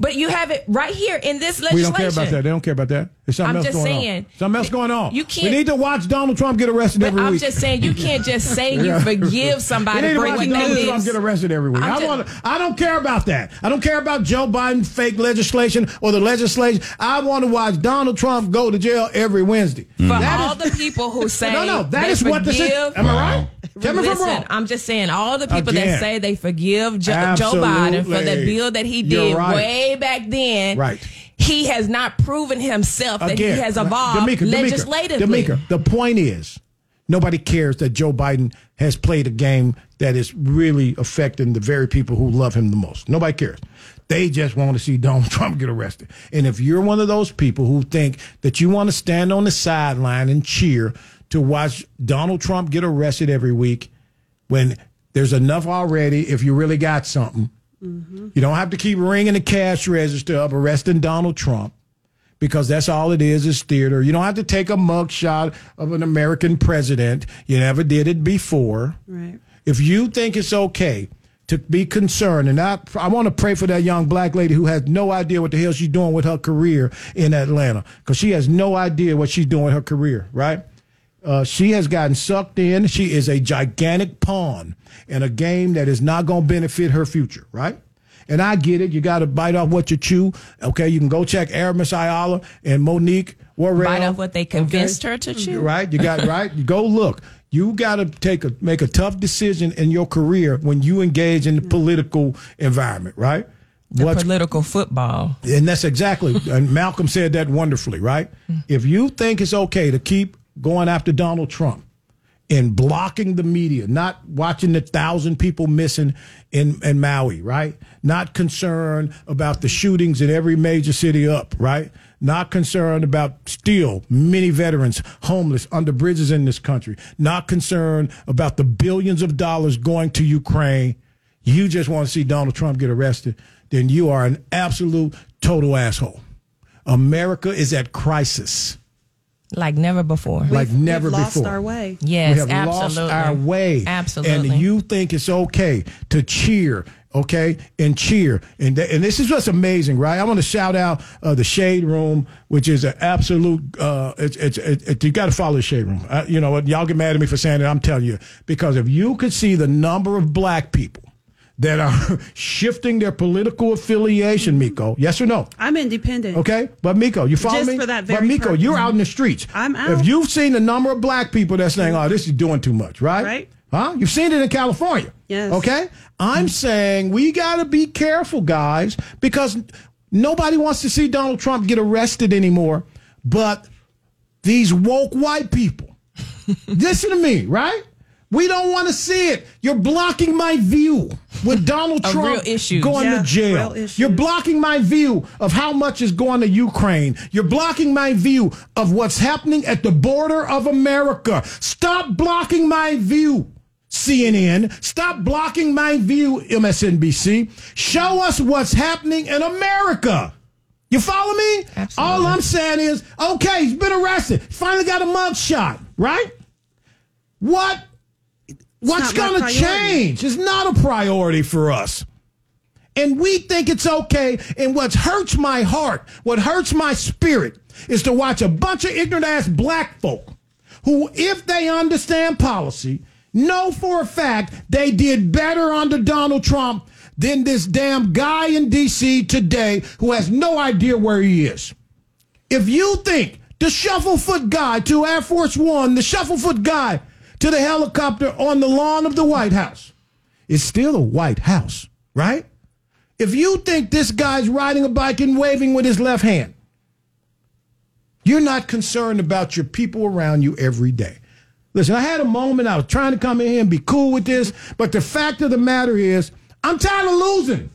but you have it right here in this legislation."
We don't care about that. They don't care about that. There's something
I'm
else
just
going
saying,
on. Something else going on.
you
We
can't-
need to watch Donald Trump get arrested
But
every
I'm
week.
just saying, you can't just say you
Yeah.
forgive
We need
somebody
to
for
watch
breaking
Donald
news.
Trump get arrested every week.
I'm
I
just-
want. I don't care about that. I don't care about Joe Biden fake legislation or the legislation. I want to watch Donald Trump go to jail every Wednesday.
For
That
all
is-
the people who say
no, no, that
they
is what this is.
forgive-
Am I right? Tell me if I'm
Listen,
wrong.
I'm just saying all the people
Again.
that say they forgive jo- Joe Biden for the
Absolutely.
bill that he
You're
did
right.
way back then.
Right.
He has not proven himself that he has evolved
D'Amica, D'Amica,
legislatively.
D'Amica, the point is, nobody cares that Joe Biden has played a game that is really affecting the very people who love him the most. Nobody cares. They just want to see Donald Trump get arrested. And if you're one of those people who think that you want to stand on the sideline and cheer to watch Donald Trump get arrested every week when there's enough already, if you really got something, you don't have to keep ringing the cash register up arresting Donald Trump because that's all it is is theater. You don't have to take a mugshot of an American president. You never did it before.
Right.
If you think it's okay to be concerned, and I, I want to pray for that young black lady who has no idea what the hell she's doing with her career in Atlanta because she has no idea what she's doing with her career, right? Uh, she has gotten sucked in. She is a gigantic pawn in a game that is not going to benefit her future, right? And I get it. You got to bite off what you chew. Okay, you can go check Aramis Ayala and Monique Warrell.
Bite off what they convinced her to chew.
Mm, Right? You got right. You go look. You got to take a make a tough decision in your career when you engage in the political environment. Right?
The political football.
And that's exactly. and Malcolm said that wonderfully. Right? If you think it's okay to keep going after Donald Trump and blocking the media, not watching the thousand people missing in, in Maui, right? Not concerned about the shootings in every major city up, right? Not concerned about still many veterans homeless under bridges in this country. Not concerned about the billions of dollars going to Ukraine. You just want to see Donald Trump get arrested, then you are an absolute total asshole. America is at crisis
Like never before.
like never
lost
before.
our way.
Yes,
we have
absolutely.
lost our way.
Absolutely.
And you think it's okay to cheer, okay, and cheer. And, th- and this is what's amazing, right? I want to shout out uh, the Shade Room, which is an absolute, uh, it's, it's, it's, you got to follow the Shade Room. Uh, you know what? Y'all get mad at me for saying it. I'm telling you. Because if you could see the number of black people that are shifting their political affiliation, Miko, yes or no?
I'm independent.
Okay, but Miko, you follow
Just
me?
for that
but
very
Miko,
purpose.
you're out in the streets.
I'm out.
If you've seen the number of black people that's saying, "Oh, this is doing too much," right?
Right.
Huh? You've seen it in California.
Yes.
Okay. I'm saying we got to be careful, guys, because nobody wants to see Donald Trump get arrested anymore. But these woke white people, listen to me, right? We don't want to see it. You're blocking my view with Donald
Of
Trump
real issues.
going
Yeah,
to jail.
real issues.
You're blocking my view of how much is going to Ukraine. You're blocking my view of what's happening at the border of America. Stop blocking my view, CNN. Stop blocking my view, MSNBC. Show us what's happening in America. You follow me? All I'm saying is, okay, he's been arrested. Finally got a mug shot, right? What what's
not my
going to
priority.
change is not a priority for us. And we think it's okay. And what hurts my heart, what hurts my spirit, is to watch a bunch of ignorant ass black folk who, if they understand policy, know for a fact they did better under Donald Trump than this damn guy in D.C. today who has no idea where he is. If you think the shufflefoot guy to Air Force One, the shufflefoot guy to the helicopter on the lawn of the White House, is still the White House, right? If you think this guy's riding a bike and waving with his left hand, you're not concerned about your people around you every day. Listen, I had a moment, I was trying to come in here and be cool with this, but the fact of the matter is, I'm tired of losing.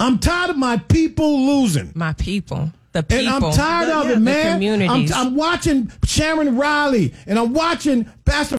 I'm tired of my people losing.
My people. The
And
people.
I'm tired
The-
of
the
it, man. I'm,
communities.
I'm watching Sharon Riley and I'm watching Pastor